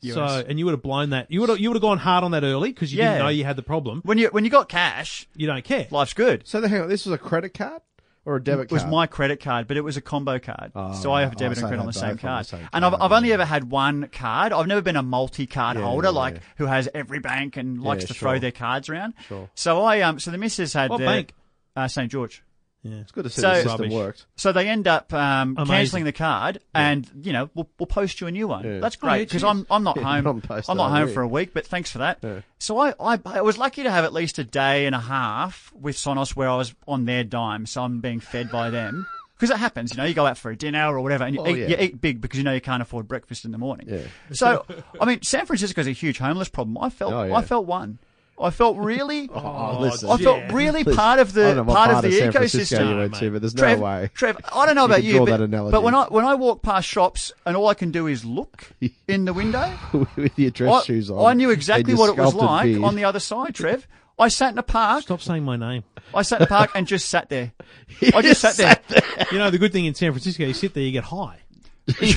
euros.
So, and you would have blown that. You would have, you would have gone hard on that early because you
Yeah.
didn't know you had the problem.
when you when you got cash,
You don't care.
life's good.
So the, hang on, this was a credit card or a debit
It was
card? Oh,
my credit card, but it was a combo card. so I have debit
so
and credit on the
they're
same
both on the
card.
same
and I've,
card,
I've only
yeah.
ever had one card. I've never been a multi-card holder
yeah,
like
yeah.
who has every bank and likes
Yeah,
to
sure.
throw their cards around.
Sure.
So I um so the missus had
What
their-
bank?
Uh, St George.
It's good to see
So-
the system
Rubbish.
worked.
So they end up um,
Amazing.
cancelling the card, and you know we'll, we'll post you a new one.
Yeah.
That's
Oh, yeah,
great because
cheers.
I'm I'm not
Yeah,
home.
don't post
I'm
that
not
a
home
week.
for a week, but thanks for that.
Yeah.
So I, I I was lucky to have at least a day and a half with Sonos where I was on their dime, so I'm being fed by them. Because it happens, you know, you go out for a dinner or whatever, and you,
Oh,
eat,
yeah.
you eat big because you know you can't afford breakfast in the morning.
Yeah.
So, I mean, San Francisco's a huge homeless problem. I felt,
Oh, yeah.
I felt one. I felt really,
Oh, listen.
I felt really part of
I
the
don't know what
part of the
San
ecosystem.
Francisco you went to, but there's no
Trev,
way.
Trev, I don't know about
could
you,
draw
but,
that analogy.
but when I when I walk past shops and all I can do is look in the window,
with your dress
I,
shoes on.
I knew exactly
and your
what it was
sculpted
like
beard.
on the other side, Trev. I sat in a park.
Stop saying my name.
I sat in a park and just sat there. I just sat there.
You know, the good thing in San Francisco, you sit there, you get high.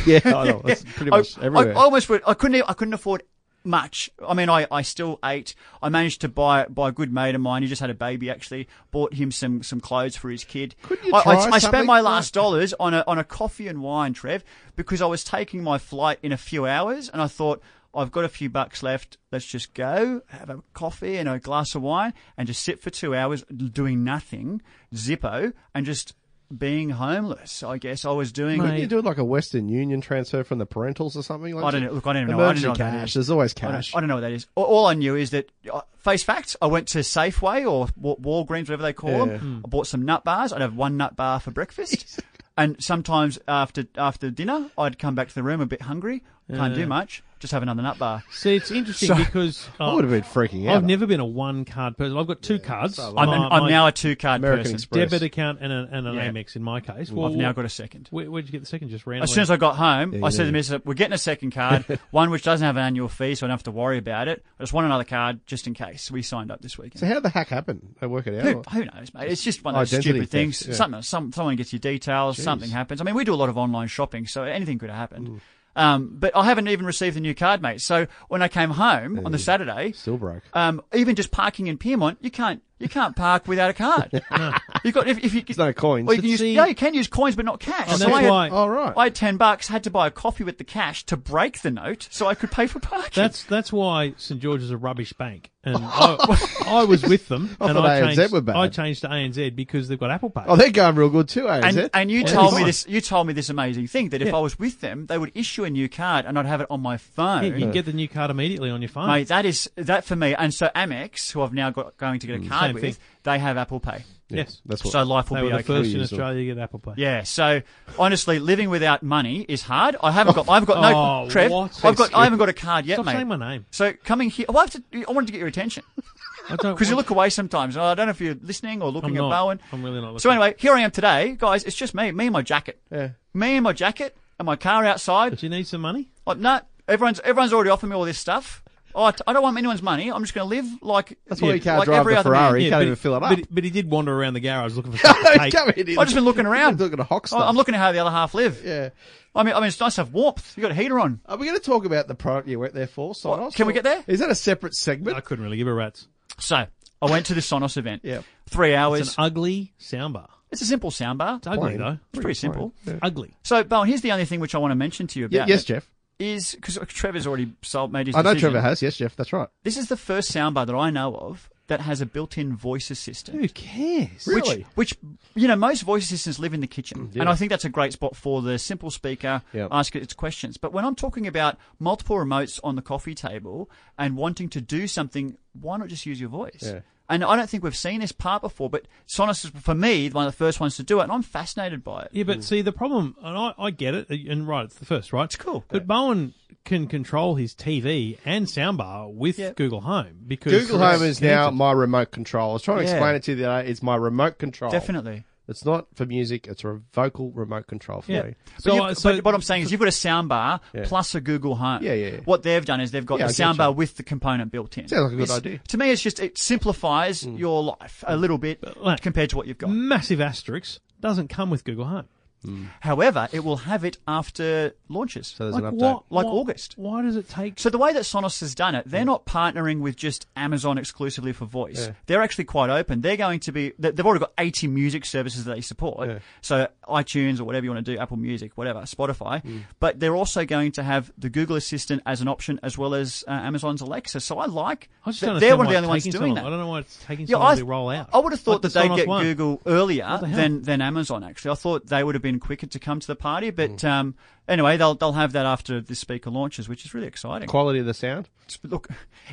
yeah, I know. It's pretty much
I,
everywhere.
I, I almost would, I couldn't e- I couldn't afford much. I mean, I, I still ate. I managed to buy buy a good mate of mine. He just had a baby actually. Bought him some some clothes for his kid.
Couldn't you
I, I,
try
I spent
something?
my last dollars on a on a coffee and wine, Trev, because I was taking my flight in a few hours, and I thought. I've got a few bucks left. Let's just go have a coffee and a glass of wine and just sit for two hours doing nothing, Zippo, and just being homeless. I guess I was doing.
Mate,
you do like a Western Union transfer from the parentals or something. Like
I don't know. Look, I don't even know. I don't
Emergency
know what that
cash.
is.
There's always
I
cash.
don't, I don't know what that is. All, all I knew is that uh, face facts. I went to Safeway or Wa- Walgreens, whatever they call
Yeah.
them. I bought some nut bars. I'd have one nut bar for breakfast, and sometimes after after dinner, I'd come back to the room a bit hungry. Can't do much. Just have another nut bar.
See, it's interesting because uh,
I would have been freaking out.
I've never been a one card person. I've got two cards.
I'm, an,
My-
I'm
my
now a two card
American
person.
Express.
debit account and, a, and an
Yeah.
Amex in my case. Well,
I've now got a second.
where, where'd you get the second? Just randomly.
As soon as I got home, I said to
yeah.
the missus, "We're getting a second card, one which doesn't have an annual fee, so I don't have to worry about it. I just want another card just in case." We signed up this weekend.
So how did the hack happen? They work it out.
Who, who knows, mate? It's just one of those
Identity
stupid
theft,
things.
yeah.
Something, some, someone gets your details, something happens. I mean, we do a lot of online shopping, so anything could have
Mm.
happened. Um, but I haven't even received the new card, mate. So when I came home on the Saturday,
Still broke.
um, even just parking in Piermont, you can't you can't park without a card. You got if, if you
There's no coins.
Well, you can use,
See-
no, you can use coins, but not cash.
and
so I
that's
had,
why.
All Oh, right.
I had ten bucks, had to buy a coffee with the cash to break the note, so I could pay for parking.
That's that's why St George is a rubbish bank, and I, I was with them,
I
and
thought
I
ANZ
changed.
were bad.
I changed to ANZ because they've got Apple Pay.
oh, they're going real good too, ANZ.
and, and you
Yeah,
told
nice.
me this. You told me this amazing thing that if
Yeah.
I was with them, they would issue a new card and I'd have it on my phone.
yeah, you can get the new card immediately on your phone.
Mate, that is that for me. And so Amex, who I've now got going to get a card
Mm. Same
with,
thing.
they have Apple Pay,
yes,
That's what.
so life will
they were
be
the
okay.
first in
Use them.
Australia to get Apple Pay.
Yeah. So honestly, living without money is hard. I haven't got. I've got no.
Oh,
Trev,
what?
I've got. I haven't got a card yet,
Stop
mate.
saying my name.
so coming here, well, I, have to, I wanted to get your attention
I don't
because you
want-
look away sometimes. and I don't know if you're listening or looking
I'm
at
not.
Bowen.
I'm really not.
So
looking.
anyway, here I am today, guys. It's just me, me and my jacket,
Yeah.
me and my jacket, and my car outside.
do you need some money?
Like, no, everyone's everyone's already offered me all this stuff. Oh, I, t- I don't want anyone's money. I'm just going to live like
That's why you can't
like
drive
every
the
other man.
Ferrari. You can't
but
even
he-
fill it
But,
up.
he- but he did wander around the garage looking for something to take.
Coming in.
I've just been looking around.
Looking at Hawk
I-
stuff.
I'm looking at how the other half live.
Yeah.
I mean, I mean, it's nice to have warmth. You got a heater on.
Are we going to talk about the product you went there for, Sonos?
What, can we get there? Uh,
Is that a separate segment?
I couldn't really give a rat's.
So I went to the Sonos event.
Yeah.
Three hours.
It's
It's,
an ugly soundbar.
a simple soundbar.
It's ugly
Plain.
though.
It's pretty simple.
Ugly.
So, Bowen, here's the only thing which I want to mention to you
Y-
about.
yes,
it,
Jeff.
Is because Trevor's already sold, made his.
I know
decision.
Trevor has. Yes, Jeff. That's right.
This is the first soundbar that I know of that has a built-in voice assistant.
Who cares?
Really? Mm,
Which, you know, most voice assistants live in the kitchen. And I think that's a great spot for the simple speaker,
Yep.
ask it its questions. But when I'm talking about multiple remotes on the coffee table and wanting to do something, why not just use your voice?
Yeah.
And I don't think we've seen this part before, but Sonos is, for me, one of the first ones to do it. And I'm fascinated by it.
Yeah, but see the problem, and I, I get it, and right, it's the first, right? It's
cool.
But Bowen can control his TV and soundbar with
Yeah.
Google Home because
Google
it's
Home is now
connected.
my remote control. I was trying to
Yeah.
explain it to you the other day. It's my remote control.
Definitely.
It's not for music. It's a vocal remote control for
Yeah.
me.
but,
So, uh,
you've-
so
but what I'm saying is you've got a soundbar
Yeah.
plus a Google Home.
Yeah, yeah, yeah.
What they've done is they've got
Yeah,
the
I get
soundbar
you.
with the component built in.
Sounds like a good
It's-
idea. Mm.
To me, it's just it simplifies your life a little bit
like-
compared to what you've got.
massive asterisk doesn't come with Google Home.
However, it will have it after launches.
So there's
Like
an update.
what?
Like
what-
August.
Why does it take?
So the way that Sonos has done it,
Mm.
they're not partnering with just Amazon exclusively for voice. They're actually quite open. They're going to be. they- They've already got 80 music services that they support. So iTunes or whatever you want to do, Apple Music, whatever, Spotify.
Mm.
But they're also going to have the Google Assistant as an option, as well as uh, Amazon's Alexa. So I like.
I just
that
don't
they're
understand
one of
why
the
it's
only ones
taking so
doing
long.
that.
I don't know why it's taking
Yeah,
so long
I,
to roll out.
I would have
Like
thought
the
that they'd
Sonos
get
one.
Google earlier
the hell?
than, than Amazon. Actually, I thought they would have been quicker to come to the party. But
Mm.
um, anyway, they'll they'll have that after the speaker launches, which is really exciting.
Quality of the sound.
It's- Look,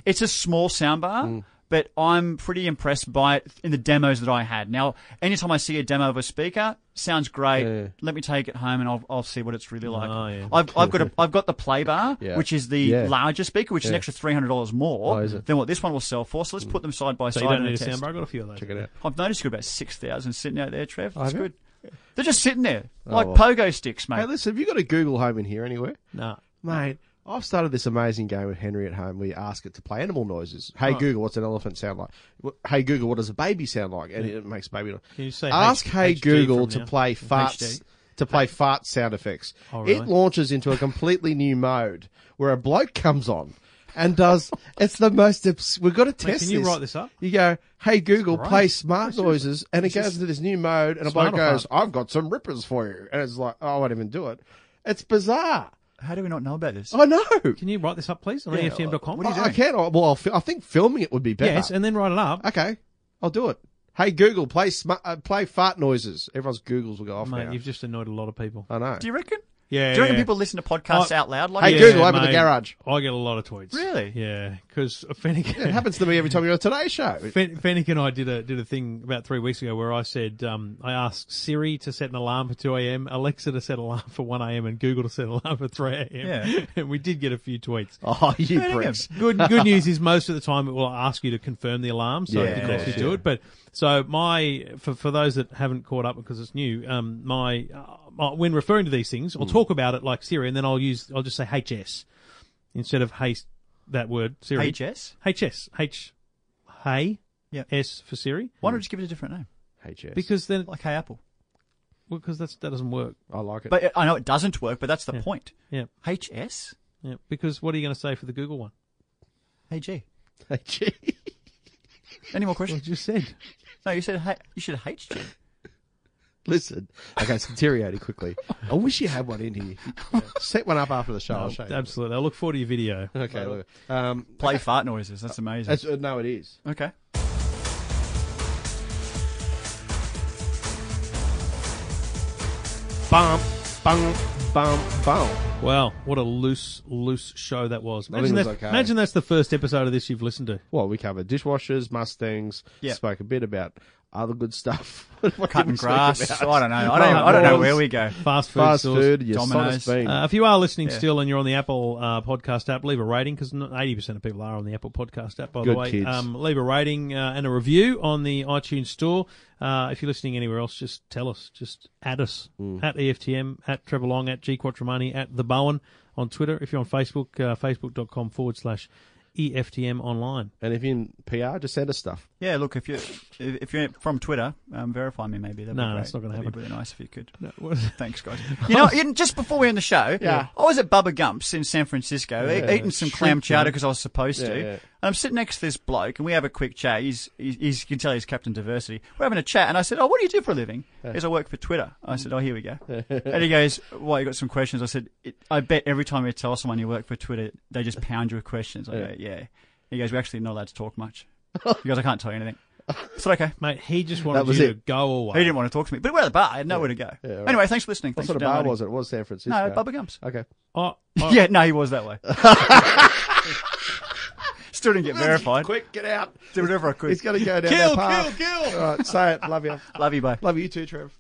it's a small soundbar.
Mm.
But I'm pretty impressed by it in the demos that I had. Now, anytime I see a demo of a speaker, sounds great.
Yeah.
Let me take it home and I'll, I'll see what it's really like.
Oh, yeah.
I've, I've got a, I've got the play bar,
Yeah.
which is the
Yeah.
larger speaker, which is an
Yeah.
extra three hundred dollars more
Oh, is it? Mm.
than what this one will sell for. So let's put them side by
So
side.
you don't
in
need a
test.
soundbar. I got a few of those.
Check it out.
I've noticed you've got about 6,000 sitting out there, Trev. That's
Oh, have you? Oh,
good. They're just sitting there, like
well.
pogo sticks, mate.
Hey, listen, have you got a Google Home in here anywhere?
Nah.
Mate, I've started this amazing game with Henry at home. We ask it to play animal noises. Hey Google, what's an elephant sound like? Wh- Hey Google, what does a baby sound like? And it makes baby noise.
Can you say
ask
H-
Hey
HG
Google
from
to
now?
play farts
HD?
to play fart sound effects.
Oh, really?
It launches into a completely new mode where a bloke comes on and does. It's the most. Obs- we've got to test.
can you write this up?
You go, hey Google,
great.
play smart noises, and it goes into this new mode, and a
Smart
bloke
or
goes, "I've got some rippers for you," and it's like, oh, "I won't even do it." It's bizarre.
How do we not know about this?
I know.
Can you write this up, please, on E
Yeah,
EFTM.com?
what are you
I- I
doing?
can. I- Well, I'll fi- I think filming it would be better.
Oh, Yes, and then write it up.
okay, I'll do it. Hey Google, play smart, uh, play fart noises. Everyone's Googles will go off
Mate,
now.
you've just annoyed a lot of people.
I know.
Do you reckon? Uh,
Yeah.
Do you reckon
yeah.
people listen to podcasts
Oh,
out loud? Like,
hey,
that?
Yeah,
Google, open the
mate.
garage.
I get a lot of tweets.
Really?
Yeah, because Fennick,
It happens to me every time you're on Today Show.
Fen- Fennick and I did a did a thing about three weeks ago where I said um, I asked Siri to set an alarm for two a.m., Alexa to set an alarm for one a.m., and Google to set an alarm for three a.m.
Yeah.
and we did get a few tweets.
Oh, you
Birmingham.
pricks.
Good good news is most of the time it will ask you to confirm the alarm, so
Yeah,
it
of
didn't
course,
actually do it. But so my for for those that haven't caught up because it's new, um, my uh, my- when referring to these things,
Hmm.
I'll talk about it like Siri, and then I'll use I'll just say HS instead of hey that word Siri.
Hey, Jess.
HS H hey
Yeah.
S for Siri
Why not just give it a different name?
HS.
because then
Like, hey, Apple.
well, because that's that doesn't work.
I like it.
But uh, I know it doesn't work, but that's the point.
Yeah,
HS?
yeah. Because what are you going to say for the Google one?
Hey, G.
Hey, gee.
E. Any more
What
questions?
you just said.
no, you said hey, you should HG.
Listen. Okay, it's deteriorating quickly. I wish you had one in here. Set one up after the show. I'll show you.
Absolutely. I look forward to your video.
Okay, look. Um,
Play fart noises. That's amazing.
that's, uh, no, it is.
okay.
Bump, bump, bump, bump.
Wow, what a loose, loose show that was.
I think it
Imagine,
was
that,
okay.
imagine that's the first episode of this you've listened to.
Well, we covered dishwashers, Mustangs.
Yeah.
Spoke a bit about other good stuff. What did we
Cutting
speak
grass.
about?
I don't know. I don't, even- I don't know where we go.
Fast food
Fast
stores.
food, your
Domino's.
Sonic bean.
Uh, if you are listening
Yeah.
still and you're on the Apple uh, podcast app, leave a rating because eighty percent of people are on the Apple podcast app. By
Good
the way,
kids.
Um, leave a rating uh, and a review on the iTunes store. Uh, if you're listening anywhere else, just tell us. Just add us
Mm.
at E EFTM at Trevor Long at G Quattromani at the Bowen on Twitter. If you're on Facebook, uh, facebook.com forward slash E EFTM online.
and if you're in PR, just send us stuff.
Yeah, look, if you're if you're from Twitter, um, verify me maybe. That'd
No,
be great.
that's not gonna
That'd
happen.
Be really nice if you could.
what-
Thanks, guys. You know, in, just before we end the show,
Yeah.
I was at Bubba Gump's in San Francisco, e- eating some clam chowder because I was supposed to.
Yeah, yeah.
And I'm sitting next to this bloke, and we have a quick chat. He's, he's, he's you can tell he's Captain Diversity. We're having a chat, and I said, "Oh, what do you do for a living?" He goes, "I work for Twitter." I said, "Oh, here we go." and he goes, "Well, you got some questions?" I said, it, "I bet every time you tell someone you work for Twitter, they just pound you with questions." I go, "Yeah." He goes, "We're actually not allowed to talk much." He goes, "I can't tell you anything." I said, "Okay."
Mate, he just wanted
That was
you
it.
to go away.
He didn't want to talk to me, but we're at the bar. I had nowhere to go.
right.
Anyway, thanks for listening.
What
Thanks
sort of
for
bar
downloading.
was it? It was San Francisco.
No, Bubba Gumps.
Okay.
Oh, oh,
Yeah, no, he was that way. Still didn't get verified.
Quick, get out.
Did whatever I could.
He's going to go down
Kill,
that path.
kill, kill.
All right, say it. Love you.
Love you, bye.
Love you too, Trev.